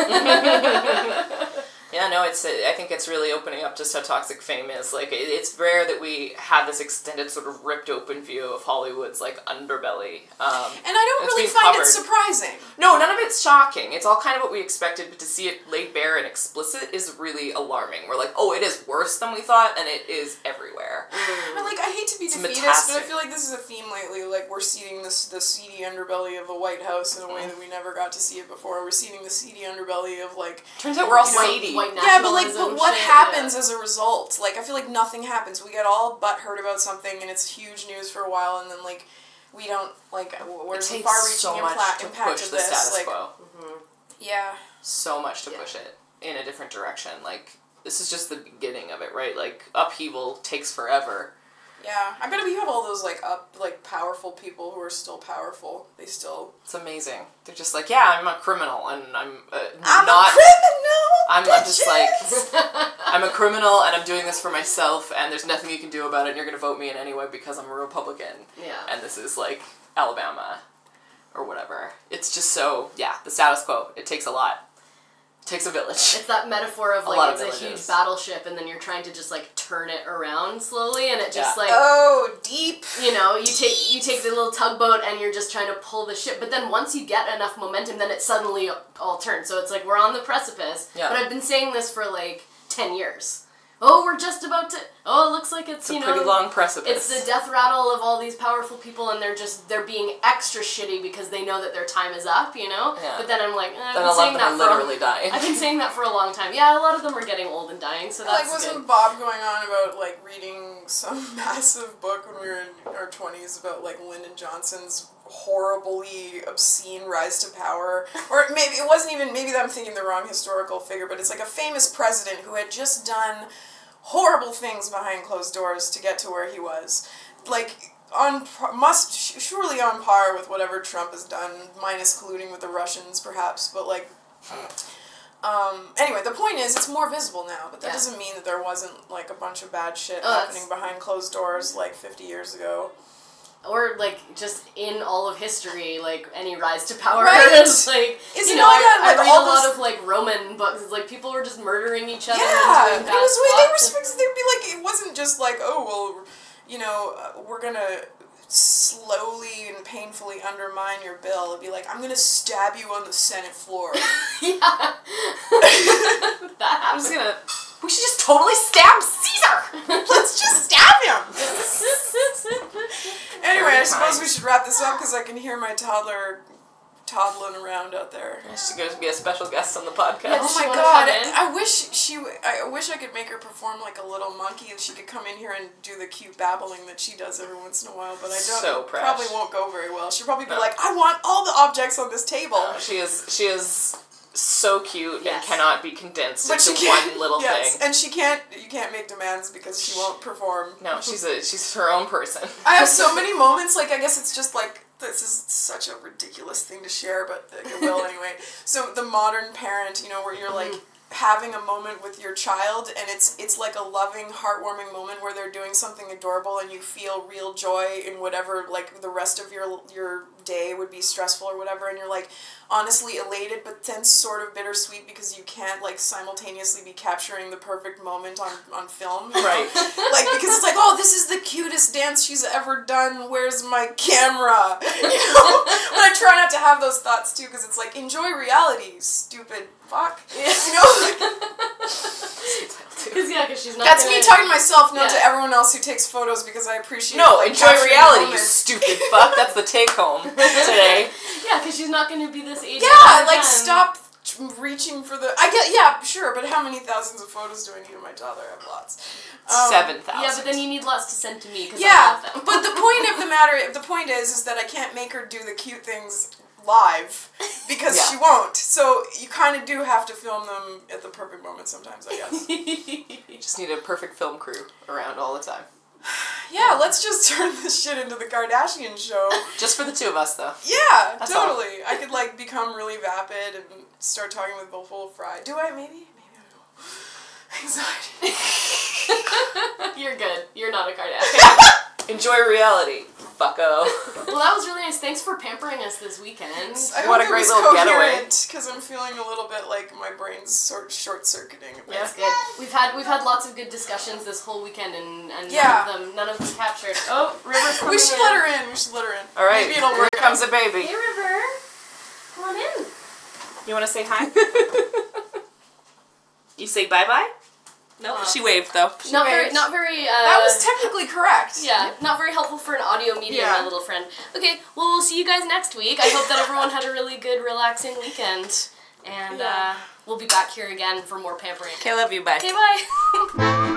Speaker 3: yeah no it's i think it's really opening up just how toxic fame is like it, it's rare that we have this extended sort of ripped open view of hollywood's like underbelly um,
Speaker 4: and i don't
Speaker 3: It's
Speaker 4: really
Speaker 3: being
Speaker 4: find it
Speaker 3: covered.
Speaker 4: surprising
Speaker 3: No, none of it's shocking. It's all kind of what we expected, but to see it laid bare and explicit is really alarming. We're like, oh, it is worse than we thought, and it is everywhere.
Speaker 4: But like I hate to be defeatist, but I
Speaker 3: fantastic.
Speaker 4: feel like this is a theme lately. Like we're seeing this the seedy underbelly of the White House in a way
Speaker 3: Mm-hmm.
Speaker 4: that we never got to see it before. We're seeing the seedy underbelly of like
Speaker 3: Turns out we're all
Speaker 4: You know,
Speaker 3: shady.
Speaker 2: white na-
Speaker 4: yeah, but like but
Speaker 2: Nationalism
Speaker 4: what
Speaker 2: shit,
Speaker 4: happens
Speaker 2: yeah.
Speaker 4: as a result? Like I feel like nothing happens. We get all butthurt about something, and it's huge news for a while, and then like we don't like wh-
Speaker 3: It
Speaker 4: where's the
Speaker 3: takes
Speaker 4: far-reaching
Speaker 3: so much
Speaker 4: impla-
Speaker 3: to
Speaker 4: impact
Speaker 3: push
Speaker 4: of
Speaker 3: the
Speaker 4: this?
Speaker 3: status
Speaker 4: like
Speaker 3: quo.
Speaker 4: yeah,
Speaker 3: So much to
Speaker 4: Yeah.
Speaker 3: push it in a different direction. Like this is just the beginning of it, right? Like upheaval takes forever.
Speaker 4: yeah. I bet you have all those like up like powerful people who are still powerful. They still
Speaker 3: It's amazing. They're just like, yeah, I'm a criminal, and I'm uh,
Speaker 4: I'm
Speaker 3: not.
Speaker 4: a criminal.
Speaker 3: I'm I'm just like
Speaker 4: bitches!
Speaker 3: I'm a criminal and I'm doing this for myself and there's nothing you can do about it and you're gonna vote me in anyway because I'm a Republican.
Speaker 2: Yeah.
Speaker 3: And this is like Alabama or whatever. It's just so yeah, the status quo. It takes a lot. It takes a village.
Speaker 2: It's that metaphor of like
Speaker 3: lot of
Speaker 2: it's a
Speaker 3: villages.
Speaker 2: huge battleship, and then you're trying to just like turn it around slowly, and it just
Speaker 3: Yeah.
Speaker 2: like
Speaker 4: Oh, deep.
Speaker 2: you know you take you take the little tugboat and you're just trying to pull the ship. But then once you get enough momentum, then it suddenly all turns. So it's like we're on the precipice.
Speaker 3: Yeah.
Speaker 2: But I've been saying this for like ten years. Oh, we're just about to. Oh, it looks like it's,
Speaker 3: It's a
Speaker 2: you know
Speaker 3: pretty long precipice.
Speaker 2: It's the death rattle of all these powerful people, and they're just they're being extra shitty because they know that their time is up, you know.
Speaker 3: Yeah.
Speaker 2: But then I'm like, eh, I've been
Speaker 3: then a lot
Speaker 2: saying
Speaker 3: of
Speaker 2: that
Speaker 3: them
Speaker 2: for
Speaker 3: are
Speaker 2: a-
Speaker 3: literally dying.
Speaker 2: I've been saying that for a long time. Yeah, a lot of them are getting old and dying, so that's
Speaker 4: like, wasn't
Speaker 2: good.
Speaker 4: Bob going on about like reading some massive book when we were in our twenties about like Lyndon Johnson's horribly obscene rise to power, or maybe it wasn't even. Maybe I'm thinking the wrong historical figure, but it's like a famous president who had just done horrible things behind closed doors to get to where he was, like. On par- must sh- surely on par with whatever Trump has done, minus colluding with the Russians, perhaps. But like um, anyway, the point is, it's more visible now, but that
Speaker 2: Yeah.
Speaker 4: doesn't mean that there wasn't like a bunch of bad shit
Speaker 2: Oh, that's-
Speaker 4: happening behind closed doors like fifty years ago.
Speaker 2: or like just in all of history, like any rise to power,
Speaker 4: Right.
Speaker 2: it's like
Speaker 4: Isn't
Speaker 2: you know,
Speaker 4: all
Speaker 2: I,
Speaker 4: that,
Speaker 2: I
Speaker 4: like,
Speaker 2: read
Speaker 4: all
Speaker 2: a lot
Speaker 4: those-
Speaker 2: of like Roman books. It's like people were just murdering each other.
Speaker 4: Yeah,
Speaker 2: and doing
Speaker 4: it
Speaker 2: bad
Speaker 4: was way they were
Speaker 2: stuff.
Speaker 4: supposed. They'd be like, it wasn't just like, oh well, you know, uh, we're gonna slowly and painfully undermine your bill. It'd be like, I'm gonna stab you on the Senate floor.
Speaker 2: yeah, that
Speaker 3: I'm
Speaker 2: happened.
Speaker 3: just gonna. We should just totally stab Caesar.
Speaker 4: Let's just stab him. Anyway, I suppose we should wrap this up because I can hear my toddler toddling around out there.
Speaker 3: She's going to be a special guest on the podcast.
Speaker 2: Yes.
Speaker 4: Oh
Speaker 2: Does
Speaker 4: my
Speaker 2: she wanna
Speaker 4: god!
Speaker 2: come in?
Speaker 4: I wish she. w- I wish I could make her perform like a little monkey, and she could come in here and do the cute babbling that she does every once in a while. But I don't.
Speaker 3: So
Speaker 4: it probably
Speaker 3: fresh.
Speaker 4: won't go very well. She'll probably be
Speaker 3: No.
Speaker 4: like, "I want all the objects on this table."
Speaker 3: Oh, she is. She is so cute
Speaker 2: Yes.
Speaker 3: and cannot be condensed
Speaker 4: but she
Speaker 3: into
Speaker 4: can't.
Speaker 3: one little
Speaker 4: yes,
Speaker 3: thing.
Speaker 4: and she can't. You can't make demands because she won't perform.
Speaker 3: No, she's a she's her own person.
Speaker 4: I have so many moments. Like I guess it's just like this is such a ridiculous thing to share, but like, it will anyway. So the modern parent, you know, where you're like having a moment with your child, and it's it's like a loving, heartwarming moment where they're doing something adorable, and you feel real joy in whatever like the rest of your your day would be stressful or whatever, and you're like honestly elated, but then sort of bittersweet because you can't like simultaneously be capturing the perfect moment on on film,
Speaker 3: right.
Speaker 4: like because it's like oh this is the cutest dance she's ever done where's my camera you know but i try not to have those thoughts too because it's like enjoy reality stupid fuck you know
Speaker 2: Because yeah, because she's not.
Speaker 4: that's
Speaker 2: gonna-
Speaker 4: me talking to myself not to
Speaker 2: Yeah.
Speaker 4: everyone else who takes photos because i appreciate
Speaker 3: No,
Speaker 4: like,
Speaker 3: enjoy
Speaker 4: capturing
Speaker 3: reality, you
Speaker 4: moments.
Speaker 3: stupid fuck. That's the take home today.
Speaker 2: Yeah, because she's not going to be this age.
Speaker 4: yeah like
Speaker 2: again.
Speaker 4: stop t- reaching for the i get yeah sure but how many thousands of photos do i need of my toddler i have lots Um,
Speaker 3: Seven thousand.
Speaker 2: Yeah, but then you need lots to send to me because
Speaker 4: Yeah,
Speaker 2: I have them.
Speaker 4: but the point of the matter, the point is, is that I can't make her do the cute things live because
Speaker 3: Yeah.
Speaker 4: she won't. So you kind of do have to film them at the perfect moment sometimes, I guess.
Speaker 3: you just need a perfect film crew around all the time.
Speaker 4: yeah, let's just turn this shit into the Kardashian show.
Speaker 3: Just for the two of us, though.
Speaker 4: Yeah,
Speaker 3: That's all.
Speaker 4: totally. I could like become really vapid and start talking with Buffalo Fry. Do I? Maybe. Maybe I don't know. Anxiety.
Speaker 2: You're good. You're not a Kardashian.
Speaker 3: Enjoy reality, fucko.
Speaker 2: well, that was really nice. Thanks for pampering us this weekend.
Speaker 4: I
Speaker 3: What
Speaker 4: hope
Speaker 3: a great
Speaker 4: it was
Speaker 3: little getaway.
Speaker 4: Because I'm feeling a little bit like my brain's sort short circuiting.
Speaker 2: That's good. We've had we've had lots of good discussions this whole weekend, and, and none
Speaker 4: Yeah.
Speaker 2: of them none of them captured. Oh, River's coming
Speaker 4: We should let her in. We should let her in.
Speaker 3: All right,
Speaker 4: Maybe it'll
Speaker 3: here
Speaker 4: work.
Speaker 3: comes a baby.
Speaker 2: Hey, River, come on in.
Speaker 3: You want to say hi? you say bye bye. No,
Speaker 2: Uh,
Speaker 3: she waved though.
Speaker 2: Not very,
Speaker 4: waved.
Speaker 2: not very. Uh,
Speaker 4: That was technically correct.
Speaker 2: yeah, not very helpful for an audio medium,
Speaker 4: Yeah.
Speaker 2: my little friend. Okay, well, we'll see you guys next week. I hope that everyone had a really good, relaxing weekend, and
Speaker 4: Yeah.
Speaker 2: uh, we'll be back here again for more pampering.
Speaker 3: Okay, love you. Bye.
Speaker 2: Okay, bye.